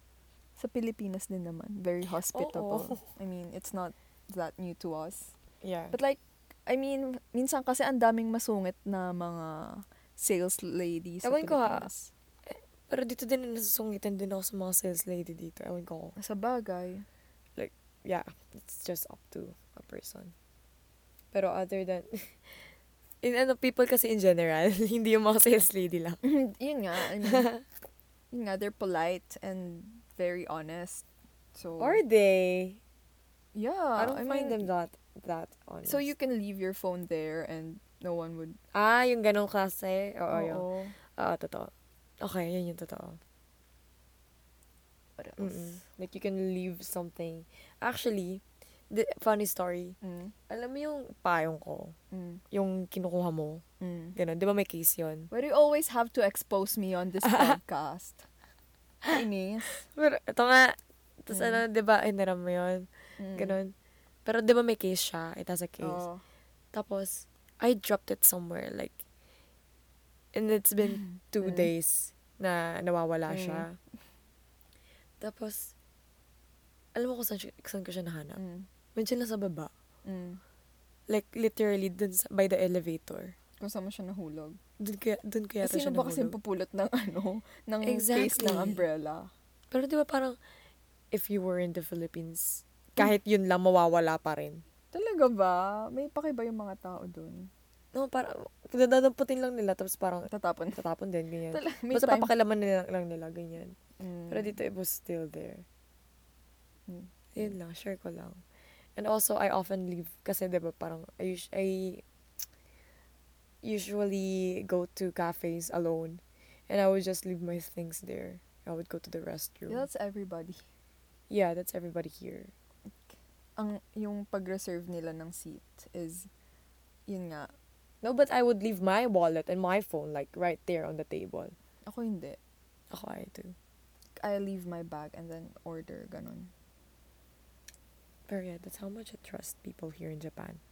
Speaker 1: sa Pilipinas din naman very hospitable. I mean, it's not that new to us.
Speaker 2: Yeah.
Speaker 1: But like I mean, minsan kasi ang daming masungit na mga sales ladies sa
Speaker 2: Ewan ko ha.
Speaker 1: Pilipinas.
Speaker 2: Pero dito din nasusungitan din ako sa mga sales lady dito. Ewan ko.
Speaker 1: Sa bagay.
Speaker 2: yeah, it's just up to a person. Pero other than, in ano, people kasi in general, hindi yung mga sales lady lang.
Speaker 1: Yun nga, I mean, yun nga, they're polite and very honest. So
Speaker 2: Are they? Ah,
Speaker 1: yeah,
Speaker 2: I
Speaker 1: mean,
Speaker 2: don't find them that that honest.
Speaker 1: So you can leave your phone there and no one would.
Speaker 2: Ah, yung ganong klase? Oo,
Speaker 1: Oo.
Speaker 2: yun. Oo, Ah, totoo. Okay, yun yung totoo.
Speaker 1: What else?
Speaker 2: Mm-mm. Like, you can leave something. Actually, the funny story,
Speaker 1: Mm,
Speaker 2: alam mo yung payong ko,
Speaker 1: mm,
Speaker 2: yung kinukuha mo,
Speaker 1: mm.
Speaker 2: ganun, di ba may case yun?
Speaker 1: Why do you always have to expose me on this podcast? Inis.
Speaker 2: Pero, ito nga, tapos
Speaker 1: Mm.
Speaker 2: ano, di ba, hinaram mo yun,
Speaker 1: Mm.
Speaker 2: ganun. Pero di ba may case siya, it has a case.
Speaker 1: Oo.
Speaker 2: Tapos, I dropped it somewhere, like, and it's been two
Speaker 1: Mm.
Speaker 2: days na nawawala
Speaker 1: Mm.
Speaker 2: siya. Tapos, alam mo kung saan, siya- saan ko siya nahanap?
Speaker 1: Mm,
Speaker 2: Medyo lang sa baba.
Speaker 1: mm.
Speaker 2: Like, literally, dun sa, by the elevator.
Speaker 1: Kung saan mo siya nahulog.
Speaker 2: Dun kaya, dun
Speaker 1: Eh,
Speaker 2: kaya ata siya
Speaker 1: sino ba kasi
Speaker 2: nahulog.
Speaker 1: pupulot ng ano? Ng case
Speaker 2: Exactly.
Speaker 1: ng umbrella?
Speaker 2: Pero di ba parang, if you were in the Philippines, Hmm. kahit yun lang, mawawala pa rin.
Speaker 1: Talaga ba? May pakiba yung mga tao dun?
Speaker 2: No, parang, dadadamputin lang nila, tapos parang,
Speaker 1: Tatapon.
Speaker 2: tatapon din, ganyan.
Speaker 1: Talaga, may
Speaker 2: Basta
Speaker 1: time.
Speaker 2: papakilaman nila, lang nila, ganyan.
Speaker 1: Mm.
Speaker 2: Pero dito, it was still there. Hmm.
Speaker 1: Mm.
Speaker 2: Yun lang, share ko lang. And also, I often leave, kasi di ba parang, I, us- I usually go to cafes alone. And I would just leave my things there. I would go to the restroom.
Speaker 1: Yeah, that's everybody.
Speaker 2: yeah, that's everybody here.
Speaker 1: Ang, yung pag-reserve nila ng seat is, yun nga,
Speaker 2: No, but I would leave my wallet and my phone, like, right there on the table.
Speaker 1: ako hindi.
Speaker 2: Ako, I do.
Speaker 1: I leave my bag and then order, ganun.
Speaker 2: Pero yeah, that's how much I trust people here in Japan.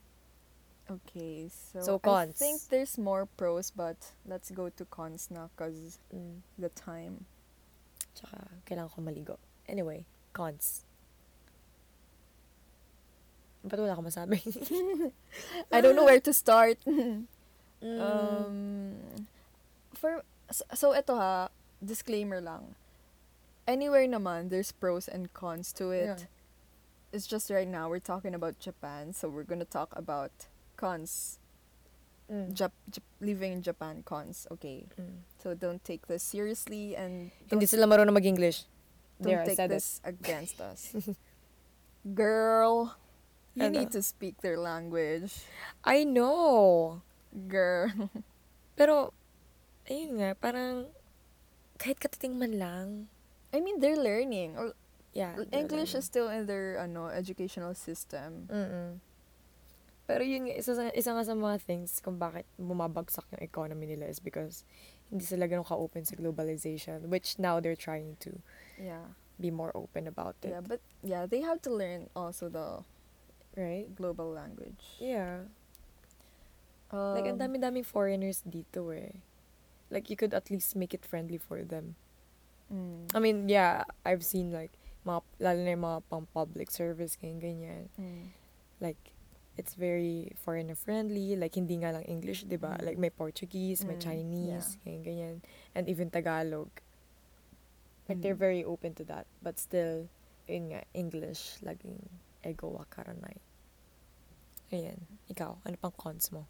Speaker 1: Okay, so,
Speaker 2: So,
Speaker 1: I
Speaker 2: cons.
Speaker 1: think there's more pros, but let's go to cons na because
Speaker 2: Mm.
Speaker 1: the time.
Speaker 2: Tsaka, kailangan ko maligo. Anyway, cons. Ba't wala akong masabi?
Speaker 1: I don't know where to start.
Speaker 2: um,
Speaker 1: Um, for so, so ito ha, disclaimer lang. Anywhere naman, there's pros and cons to it.
Speaker 2: Yeah.
Speaker 1: It's just right now we're talking about Japan, so we're gonna talk about cons.
Speaker 2: mm.
Speaker 1: Jap, Jap, living in Japan cons, okay?
Speaker 2: Mm.
Speaker 1: So don't take this seriously and don't,
Speaker 2: Hindi sila marunong mag-English.
Speaker 1: don't
Speaker 2: There, I
Speaker 1: take
Speaker 2: said it.
Speaker 1: this against us. Girl, you
Speaker 2: Ano?
Speaker 1: need to speak their language.
Speaker 2: I know.
Speaker 1: Girl.
Speaker 2: Pero, ayun nga, parang, kahit katiting man lang.
Speaker 1: I mean, they're learning. Or
Speaker 2: Yeah.
Speaker 1: English is still in their ano educational system.
Speaker 2: mm Pero yun, nga, isa, sa- isa nga sa mga things kung bakit bumabagsak yung economy nila is because hindi sila ganun ka-open sa globalization, which now they're trying to
Speaker 1: Yeah.
Speaker 2: be more open about it.
Speaker 1: Yeah, but yeah, they have to learn also the
Speaker 2: Right?
Speaker 1: global language.
Speaker 2: Yeah.
Speaker 1: Um,
Speaker 2: like, ang dami-daming foreigners dito eh. Like, you could at least make it friendly for them.
Speaker 1: mm,
Speaker 2: I mean, yeah, I've seen like, mga, lalo na yung mga pang public service, ganyan, ganyan.
Speaker 1: mm,
Speaker 2: Like, it's very foreigner friendly. Like, hindi nga lang English, di ba?
Speaker 1: Mm.
Speaker 2: Like, may Portuguese, may
Speaker 1: Mm,
Speaker 2: Chinese, ganyan, ganyan. And even Tagalog. Like, they're
Speaker 1: Mm.
Speaker 2: very open to that. But still, yun nga, English, laging ego wa karanay. Ayan. Ikaw, ano pang cons mo?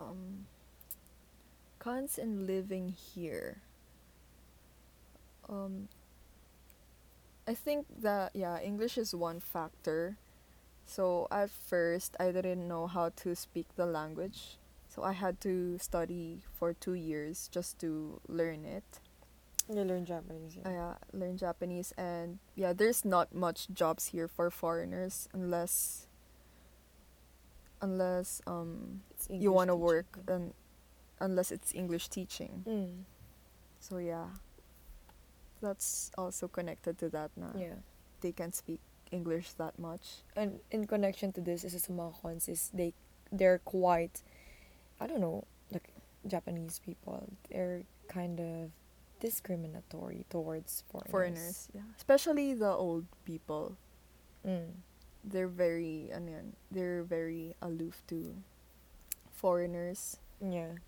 Speaker 1: um, cons in living here. Um, I think that yeah, English is one factor. So at first, I didn't know how to speak the language, so I had to study for two years just to learn it.
Speaker 2: You learn Japanese,
Speaker 1: Uh, yeah, learn Japanese and yeah, there's not much jobs here for foreigners unless unless um you want to work and unless it's English teaching.
Speaker 2: Mm.
Speaker 1: So yeah. That's also connected to that na
Speaker 2: Yeah.
Speaker 1: they can't speak English that much.
Speaker 2: and in connection to this is sa mga cons is they they're quite I don't know like Japanese people they're kind of discriminatory towards foreigners.
Speaker 1: Foreigners, yeah. Especially the old people.
Speaker 2: Mm.
Speaker 1: They're very ano yun, they're very aloof to foreigners.
Speaker 2: Yeah.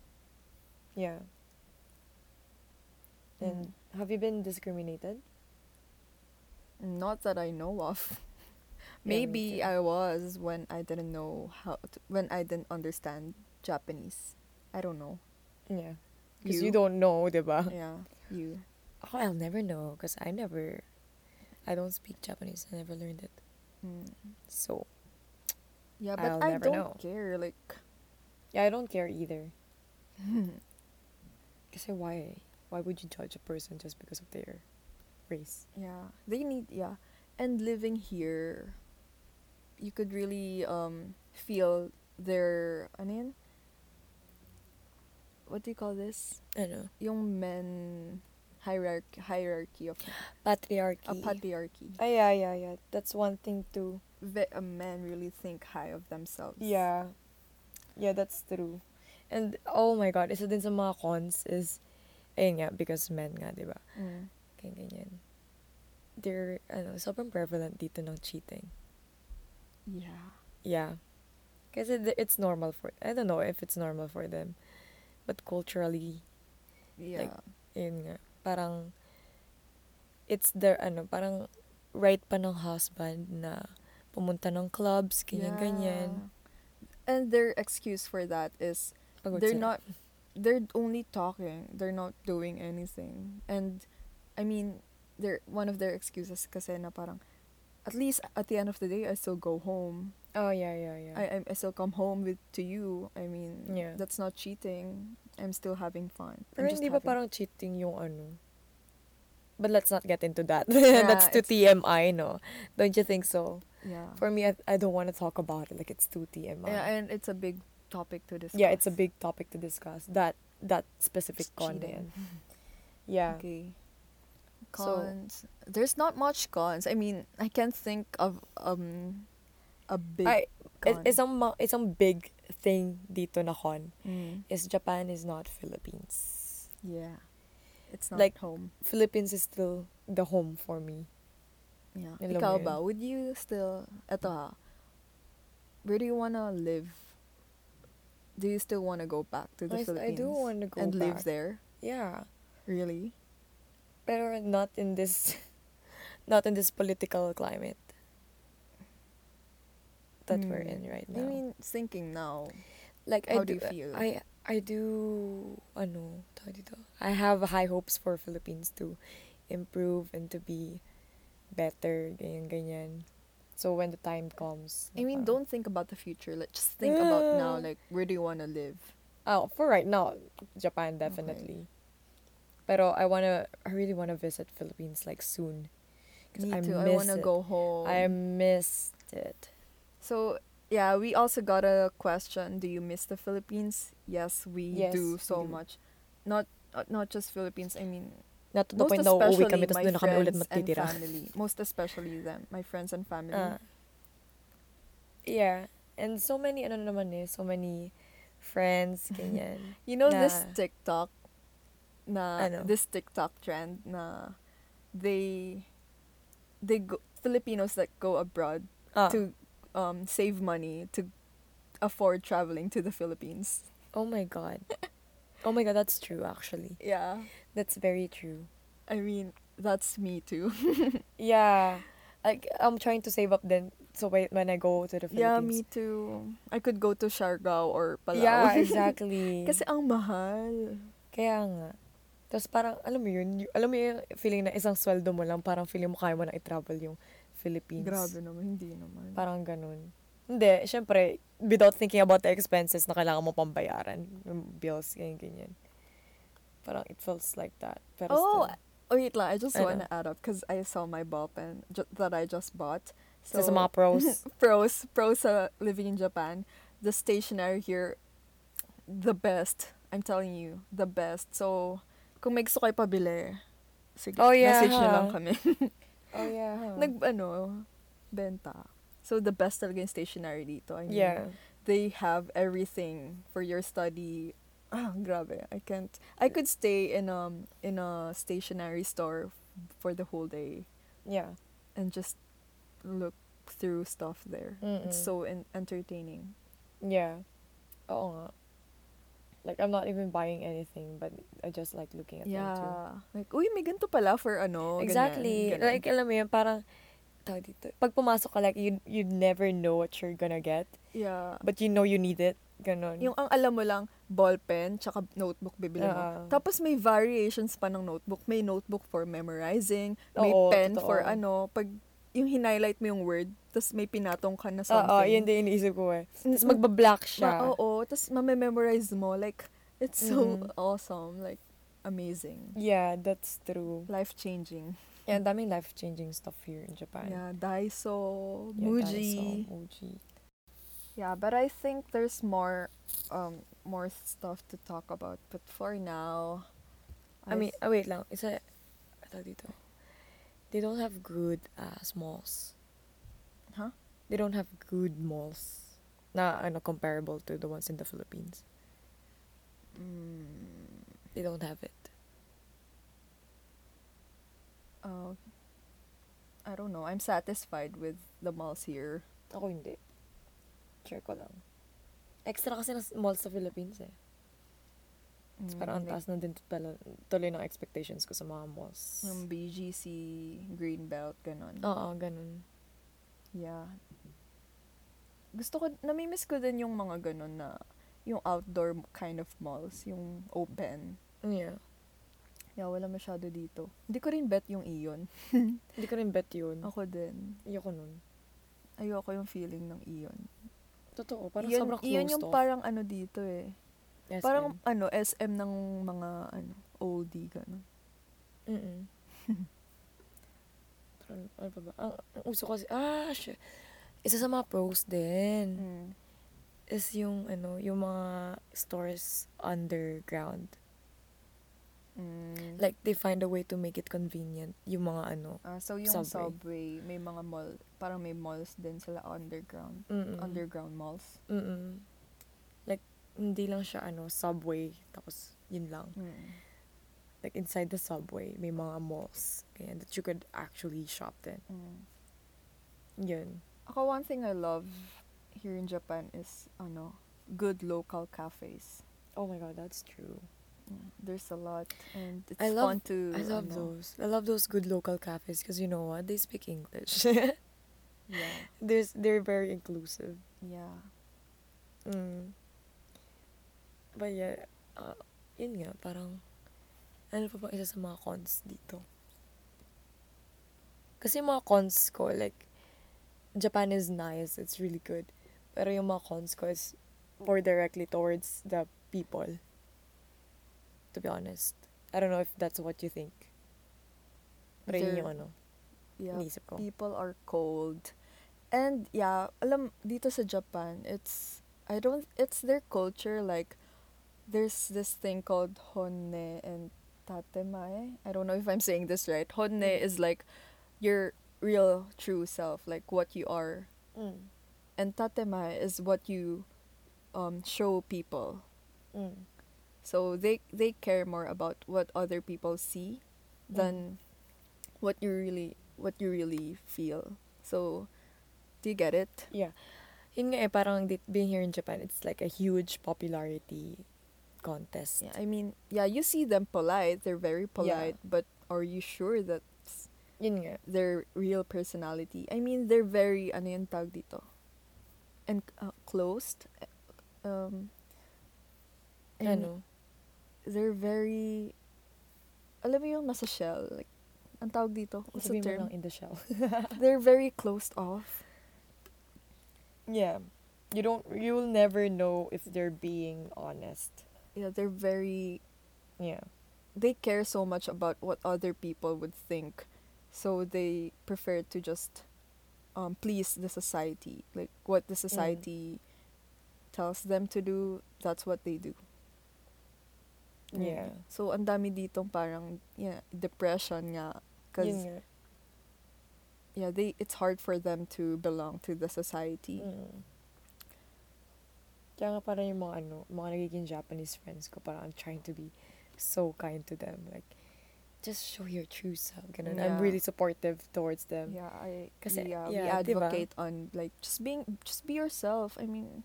Speaker 2: Yeah. And have you been discriminated?
Speaker 1: Not that I know of.
Speaker 2: Yeah, me
Speaker 1: Maybe
Speaker 2: too.
Speaker 1: I was when I didn't know how to, when I didn't understand Japanese. I don't know.
Speaker 2: Yeah. Because
Speaker 1: You?
Speaker 2: you? don't know, diba?
Speaker 1: yeah, you.
Speaker 2: Oh, I'll never know because I never, I don't speak Japanese. I never learned it.
Speaker 1: Mm.
Speaker 2: So
Speaker 1: Yeah, but
Speaker 2: I'll
Speaker 1: I
Speaker 2: never
Speaker 1: don't
Speaker 2: know.
Speaker 1: care. Like,
Speaker 2: yeah, I don't care either. Kasi why? Why would you judge a person just because of their race?
Speaker 1: yeah, they need yeah, and living here, you could really um feel their ano yun? What do you call this?
Speaker 2: I know.
Speaker 1: Yung men hierarchy hierarchy of
Speaker 2: Patriarchy.
Speaker 1: a patriarchy.
Speaker 2: Ah, yeah, yeah, yeah. That's one thing too.
Speaker 1: Ve- uh, men really think high of themselves.
Speaker 2: Yeah. Yeah, that's true. And, oh my God, isa din sa mga cons is, ayun nga, because men nga, di ba?
Speaker 1: Mm.
Speaker 2: Kaya ganyan. They're, ano, sobrang prevalent dito ng cheating.
Speaker 1: Yeah.
Speaker 2: Yeah. Kasi th- it's normal for, I don't know if it's normal for them. But culturally,
Speaker 1: Yeah.
Speaker 2: Like, ayun nga, parang, it's their, ano, parang right pa ng husband na pumunta ng clubs, ganyan-ganyan.
Speaker 1: Yeah. And their excuse for that is
Speaker 2: Pagod
Speaker 1: they're
Speaker 2: sila.
Speaker 1: not they're only talking. They're not doing anything. And I mean, their one of their excuses kasi na parang at least at the end of the day I still go home.
Speaker 2: Oh, yeah, yeah, yeah.
Speaker 1: I I, I still come home with to you. I mean,
Speaker 2: Yeah.
Speaker 1: that's not cheating. I'm still having fun.
Speaker 2: Pero
Speaker 1: I'm just
Speaker 2: hindi ba
Speaker 1: having-
Speaker 2: parang cheating yung ano? But let's not get into that. That's too
Speaker 1: it's-
Speaker 2: TMI, no? Don't you think so?
Speaker 1: yeah.
Speaker 2: For me, I, I don't want to talk about it. Like, it's too TMI.
Speaker 1: yeah, and it's a big topic to discuss.
Speaker 2: yeah, it's a big topic to discuss. That that specific
Speaker 1: It's
Speaker 2: con na
Speaker 1: cheating.
Speaker 2: yan. Yeah.
Speaker 1: Okay.
Speaker 2: So-
Speaker 1: Cons. There's not much cons. I mean, I can't think of um a big
Speaker 2: Ay,
Speaker 1: con.
Speaker 2: is- isang, ma- isang big thing dito na con
Speaker 1: Mm,
Speaker 2: is Japan is not Philippines.
Speaker 1: yeah. It's not
Speaker 2: Like-
Speaker 1: home.
Speaker 2: Philippines is still the home for me.
Speaker 1: Yeah.
Speaker 2: alam mo
Speaker 1: Ikaw
Speaker 2: yun.
Speaker 1: ba? Would you still eto ha? Where do you wanna live? Do you still wanna go back to the
Speaker 2: I, I
Speaker 1: Philippines?
Speaker 2: do want to go
Speaker 1: and
Speaker 2: back.
Speaker 1: live there?
Speaker 2: Yeah.
Speaker 1: Really?
Speaker 2: Pero not in this not in this political climate that we're
Speaker 1: Hmm.
Speaker 2: in right
Speaker 1: I
Speaker 2: now.
Speaker 1: mean, thinking now.
Speaker 2: like I
Speaker 1: how do
Speaker 2: do,
Speaker 1: you feel?
Speaker 2: I I do ano, tawag dito. I have high hopes for Philippines to improve and to be better, ganyan ganyan. So when the time comes.
Speaker 1: I
Speaker 2: na
Speaker 1: mean,
Speaker 2: parang-
Speaker 1: don't think about the future. Like, just think about now.
Speaker 2: Yeah.
Speaker 1: Like, where do you wanna live?
Speaker 2: Oh, for right now, Japan definitely. Pero I wanna I really wanna visit Philippines like soon.
Speaker 1: Me
Speaker 2: I
Speaker 1: too. I
Speaker 2: miss
Speaker 1: wanna
Speaker 2: it.
Speaker 1: go home.
Speaker 2: I missed it.
Speaker 1: So yeah, we also got a question. Do you miss the Philippines? Yes, we
Speaker 2: Yes,
Speaker 1: do
Speaker 2: we
Speaker 1: so
Speaker 2: do.
Speaker 1: much. Not uh, not just Philippines. I mean,
Speaker 2: Not to the
Speaker 1: most
Speaker 2: point na
Speaker 1: especially
Speaker 2: uuwi kami, tapos
Speaker 1: my
Speaker 2: doon na kami ulit
Speaker 1: friends and
Speaker 2: magtitira.
Speaker 1: family. Most especially them, my friends and family.
Speaker 2: Ah. yeah. And so many, ano naman eh, so many friends, ganyan.
Speaker 1: you know this
Speaker 2: na-
Speaker 1: TikTok, na
Speaker 2: Ano?
Speaker 1: this TikTok trend na they they go, Filipinos that go abroad
Speaker 2: ah.
Speaker 1: to um save money to afford traveling to the Philippines.
Speaker 2: Oh my God. Oh my God, that's true, actually.
Speaker 1: Yeah,
Speaker 2: That's very true.
Speaker 1: I mean that's me too.
Speaker 2: Yeah. Like, I'm trying to save up then, so wait, when I go to the
Speaker 1: Yeah, me
Speaker 2: Philippines.
Speaker 1: too. I could go to Siargao or Palawan.
Speaker 2: Yeah, exactly.
Speaker 1: Kasi ang mahal.
Speaker 2: Kaya nga. Tapos parang, alam mo yun, y- alam mo yung feeling na isang sweldo mo lang, parang feeling mo kaya mo na i-travel yung Philippines.
Speaker 1: Grabe naman, hindi naman.
Speaker 2: Parang ganun. Hindi, syempre, without thinking about the expenses na kailangan mo pambayaran, yung bills, ganyan, ganyan. Parang it feels like that. Pero
Speaker 1: oh,
Speaker 2: still,
Speaker 1: oh, wait lang. I just
Speaker 2: Ano?
Speaker 1: want to add up because I saw my ball pen ju- that I just bought. So,
Speaker 2: so, sa mga pros,
Speaker 1: pros, pros sa living in Japan. The stationery here, the best. I'm telling you, the best. So, kung may gusto kayo pabili, sige,
Speaker 2: Oh, yeah,
Speaker 1: message na
Speaker 2: ha.
Speaker 1: lang kami.
Speaker 2: oh yeah.
Speaker 1: Nag, ano, benta. So, the best talaga yung stationery dito. I mean,
Speaker 2: yeah.
Speaker 1: they have everything for your study. Ah, grabe. I can't. I could stay in um in a stationery store for the whole day
Speaker 2: Yeah.
Speaker 1: and just look through stuff there.
Speaker 2: Mm-mm.
Speaker 1: It's so en- entertaining.
Speaker 2: Yeah. Oo nga. Like, I'm not even buying anything, but I just like looking at them too.
Speaker 1: Yeah. Like, uy, may ganito pala for
Speaker 2: Oh,
Speaker 1: ano. ganyan,
Speaker 2: Exactly.
Speaker 1: ganun.
Speaker 2: Like, alam mo yun, parang, tawag dito, pag pumasok ka, like, you, you'd never know what you're gonna get,
Speaker 1: yeah.
Speaker 2: but you know you need it. Ganon.
Speaker 1: Yung ang alam mo lang, ball pen, tsaka notebook bibili mo.
Speaker 2: Oo.
Speaker 1: Tapos may variations pa ng notebook. May notebook for memorizing, may
Speaker 2: Oo,
Speaker 1: pen
Speaker 2: totoo.
Speaker 1: for ano, pag yung hinighlight mo yung word, tapos may pinatong ka na something.
Speaker 2: Oo, yun din iniisip ko eh.
Speaker 1: Mm,
Speaker 2: Tapos magbablock siya.
Speaker 1: Ma- oo, tapos mamememorize mo. Like, it's so
Speaker 2: Mhm.
Speaker 1: awesome. Like, amazing.
Speaker 2: Yeah, that's true.
Speaker 1: Life-changing.
Speaker 2: Yeah, ang daming life-changing stuff here in Japan.
Speaker 1: Yeah, Daiso,
Speaker 2: Yeah,
Speaker 1: Muji.
Speaker 2: Daiso, Muji.
Speaker 1: Yeah, but I think there's more um more stuff to talk about. But for now,
Speaker 2: I mean, oh, wait lang. It's a, ito dito. They don't have good as malls.
Speaker 1: Huh?
Speaker 2: They don't have good malls na ano comparable to the ones in the Philippines.
Speaker 1: mm,
Speaker 2: They don't have it.
Speaker 1: oh, I don't know. I'm satisfied with the malls here.
Speaker 2: Ako hindi. Share ko lang. Extra kasi ng malls sa Philippines eh. It's parang ang
Speaker 1: Mm, like,
Speaker 2: taas na din pala, tuloy ng expectations ko sa mga malls.
Speaker 1: yung BGC, Greenbelt, ganon.
Speaker 2: Oo, ganun.
Speaker 1: Yeah. Gusto ko, namimiss ko din yung mga ganun na, yung outdoor kind of malls, yung open.
Speaker 2: Yeah.
Speaker 1: Yeah, wala masyado dito. Hindi ko rin bet yung iyon.
Speaker 2: Hindi ko rin bet yun.
Speaker 1: Ako din.
Speaker 2: Ayoko nun.
Speaker 1: Ayoko yung feeling ng iyon.
Speaker 2: Totoo, parang
Speaker 1: Iyon-
Speaker 2: sobrang
Speaker 1: iyon
Speaker 2: closed
Speaker 1: yung
Speaker 2: off.
Speaker 1: parang ano dito eh.
Speaker 2: SM.
Speaker 1: Parang ano, SM ng mga ano, oldie, gano'n.
Speaker 2: Mm-mm. Parang, ano pa ba? Ang, ang uso kasi, ah, shit. Isa sa mga pros din is yung, ano, yung mga stores underground.
Speaker 1: Mm.
Speaker 2: Like, they find a way to make it convenient. Yung mga, ano,
Speaker 1: Ah, so yung
Speaker 2: Subway.
Speaker 1: subway. may mga mall, parang may malls din sila underground.
Speaker 2: mm-mm.
Speaker 1: Underground malls.
Speaker 2: Mm-mm. Like, hindi lang siya, ano, subway. Tapos, yun lang.
Speaker 1: Mm.
Speaker 2: Like, inside the subway, may mga malls. Kaya, that you could actually shop then.
Speaker 1: Mm.
Speaker 2: Yun.
Speaker 1: Ako, one thing I love here in Japan is, ano, good local cafes.
Speaker 2: Oh my god, that's true.
Speaker 1: Mm, There's a lot and it's
Speaker 2: I love-
Speaker 1: fun to,
Speaker 2: I love
Speaker 1: ano,
Speaker 2: those. I love those good local cafes because you know what? They speak English.
Speaker 1: Yeah,
Speaker 2: There's, they're very inclusive.
Speaker 1: yeah.
Speaker 2: Mm. But yeah, uh, yun nga, parang, ano pa bang isa sa mga cons dito? Kasi yung mga cons ko, like, Japan is nice, it's really good. Pero yung mga cons ko is more directly towards the people. To be honest. I don't know if that's what you think. Pero yun
Speaker 1: They're-
Speaker 2: yung ano,
Speaker 1: Yeah,
Speaker 2: iniisip ko.
Speaker 1: people are cold. And yeah, alam dito sa Japan, it's I don't it's their culture like there's this thing called honne and tatemae. I don't know if I'm saying this right. Honne
Speaker 2: Mm.
Speaker 1: is like your real true self, like what you are.
Speaker 2: Mm.
Speaker 1: And tatemae is what you um show people.
Speaker 2: Mm.
Speaker 1: So they they care more about what other people see
Speaker 2: Mm.
Speaker 1: than what you really what you really feel. So do you get it?
Speaker 2: Yeah. Yun nga eh, parang di- being here in Japan, it's like a huge popularity contest.
Speaker 1: Yeah, I mean, yeah, you see them polite, they're very polite, but are you sure that
Speaker 2: Yun nga.
Speaker 1: their real personality? I mean, they're very ano yung tawag dito? And uh, closed um and
Speaker 2: ano?
Speaker 1: they're very alam mo yung nasa shell like ang tawag dito what's the
Speaker 2: Sabihin mo
Speaker 1: term
Speaker 2: lang in the shell.
Speaker 1: they're very closed off
Speaker 2: yeah. You don't, you'll never know if they're being honest.
Speaker 1: yeah they're very
Speaker 2: Yeah.
Speaker 1: they care so much about what other people would think so they prefer to just um, please the society like what
Speaker 2: Mm.
Speaker 1: the society tells them to do that's what they do
Speaker 2: Yeah.
Speaker 1: so ang dami ditong parang yeah depression nga
Speaker 2: Yun
Speaker 1: because
Speaker 2: nga.
Speaker 1: yeah they it's hard for them to belong to the society
Speaker 2: Mm. Kaya nga parang yung mga ano, mga nagiging Japanese friends ko, parang I'm trying to be so kind to them. Like, just show your true self. Ganun.
Speaker 1: Yeah.
Speaker 2: I'm really supportive towards them.
Speaker 1: yeah i
Speaker 2: Mm. Kasi,
Speaker 1: yeah, we
Speaker 2: yeah, diba?
Speaker 1: advocate on like just being just be yourself i mean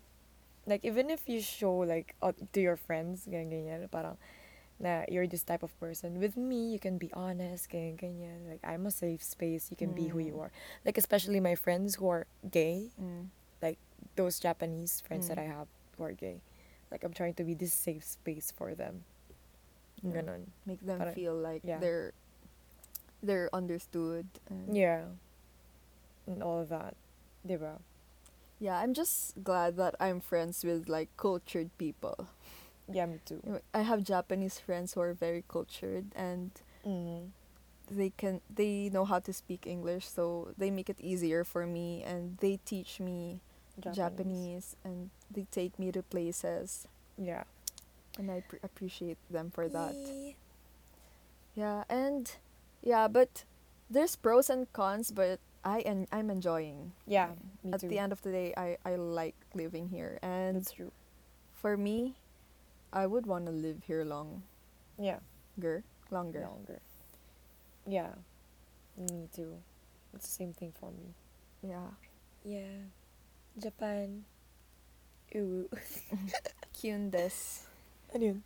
Speaker 2: like even if you show like uh, to your friends ganyan ganyan parang na you're this type of person with me you can be honest ganyan ganyan like I'm a safe space you can be who you
Speaker 1: Mm.
Speaker 2: are like especially my friends who are gay
Speaker 1: mm,
Speaker 2: those Japanese friends that I
Speaker 1: Mm.
Speaker 2: have Borgay. Like, I'm trying to be this safe space for them.
Speaker 1: Yeah.
Speaker 2: Ganon.
Speaker 1: Make them
Speaker 2: Parang-
Speaker 1: feel like
Speaker 2: yeah.
Speaker 1: they're they're understood. and-
Speaker 2: Yeah. And all of that. Diba?
Speaker 1: Yeah, I'm just glad that I'm friends with like cultured people.
Speaker 2: Yeah, me too.
Speaker 1: You know, I have Japanese friends who are very cultured and
Speaker 2: Mm-hmm.
Speaker 1: they can they know how to speak English, so they make it easier for me and they teach me Japanese, and they take me to places
Speaker 2: Yeah.
Speaker 1: and I pr- appreciate them for that. Yeah, and yeah, but there's pros and cons, but I and I'm enjoying.
Speaker 2: Yeah, me
Speaker 1: At
Speaker 2: too.
Speaker 1: the end of the day, I I like living here and
Speaker 2: That's true.
Speaker 1: For me, I would want to live here longer,
Speaker 2: Yeah.
Speaker 1: longer.
Speaker 2: Longer. Yeah. Me too. It's the same thing for me.
Speaker 1: Yeah.
Speaker 2: Yeah. Japan. Ooh.
Speaker 1: Kyun des.
Speaker 2: Ano yun?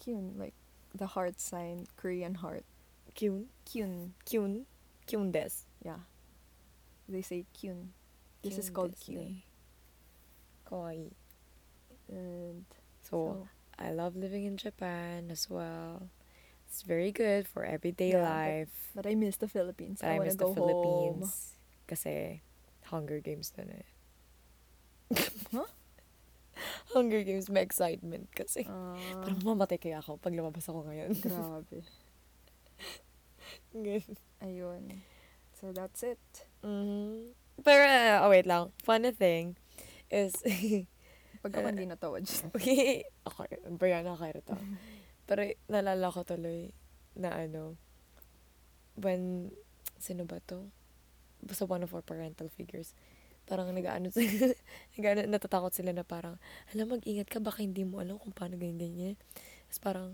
Speaker 1: Kyun, like the heart sign, Korean heart.
Speaker 2: Kyun?
Speaker 1: Kyun.
Speaker 2: Kyun? Kyun des.
Speaker 1: Yeah. They say kyun. This is called kyun.
Speaker 2: Kawaii.
Speaker 1: And
Speaker 2: So, I love living in Japan as well. It's very good for everyday
Speaker 1: Yeah, but-
Speaker 2: life.
Speaker 1: but I miss the Philippines.
Speaker 2: But
Speaker 1: I,
Speaker 2: I
Speaker 1: want
Speaker 2: miss
Speaker 1: to
Speaker 2: the
Speaker 1: go
Speaker 2: Philippines. Kasi Hunger Games dun eh.
Speaker 1: Huh?
Speaker 2: Hunger Games may excitement kasi.
Speaker 1: home. Ah,
Speaker 2: Parang mamatay kaya ako pag lumabas ako ngayon.
Speaker 1: grabe. Ayun. So that's it.
Speaker 2: mm Pero, uh, oh wait lang. Fun thing is,
Speaker 1: Pag
Speaker 2: Eh,
Speaker 1: ako hindi natawad.
Speaker 2: okay, bayan na kayo to. Pero nalala ko tuloy na ano, when, sino ba to? Basta one of our parental figures. Parang nag-ano, sila- nag-ano, natatakot sila na parang, alam, mag-ingat ka, baka hindi mo alam kung paano ganyan-ganyan. Tapos parang,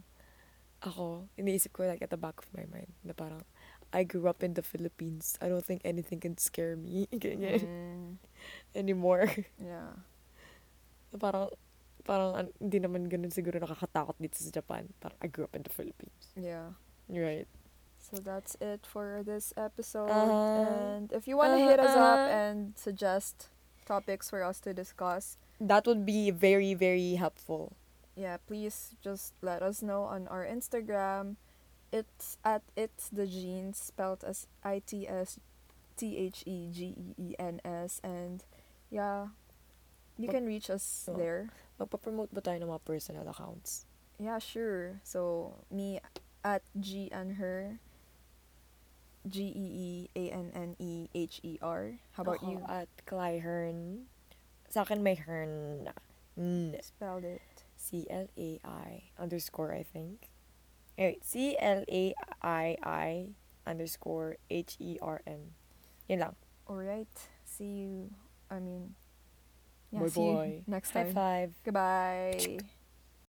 Speaker 2: ako, iniisip ko like at the back of my mind, na parang, I grew up in the Philippines. I don't think anything can scare me. Ganyan.
Speaker 1: Mm,
Speaker 2: Anymore.
Speaker 1: yeah.
Speaker 2: Na parang, parang an- hindi naman ganun siguro nakakatakot dito sa Japan. Parang I grew up in the Philippines.
Speaker 1: Yeah.
Speaker 2: Right.
Speaker 1: So that's it for this episode.
Speaker 2: Uh-huh.
Speaker 1: And if you want to hit us up
Speaker 2: Uh-uh.
Speaker 1: and suggest topics for us to discuss,
Speaker 2: That would be very, very helpful.
Speaker 1: yeah, please just let us know on our Instagram. It's at it's the jeans spelled as I T S T H E G E E N S and yeah, you
Speaker 2: Mag-
Speaker 1: can reach us
Speaker 2: Oh.
Speaker 1: there.
Speaker 2: Magpapromote ba tayo ng mga personal accounts?
Speaker 1: Yeah, sure. So me at G and her. G E E A N N E H E R. How about
Speaker 2: Ako
Speaker 1: you?
Speaker 2: At Clay Hearn. Sa akin may Hearn. N.
Speaker 1: Spelled it.
Speaker 2: C-L-A-I underscore, I think. Wait, C-L-A-I-I underscore H-E-R-N. Yun lang.
Speaker 1: Alright. See you. I mean, yeah,
Speaker 2: Boy,
Speaker 1: see you
Speaker 2: boy.
Speaker 1: next
Speaker 2: High
Speaker 1: time.
Speaker 2: five.
Speaker 1: Goodbye.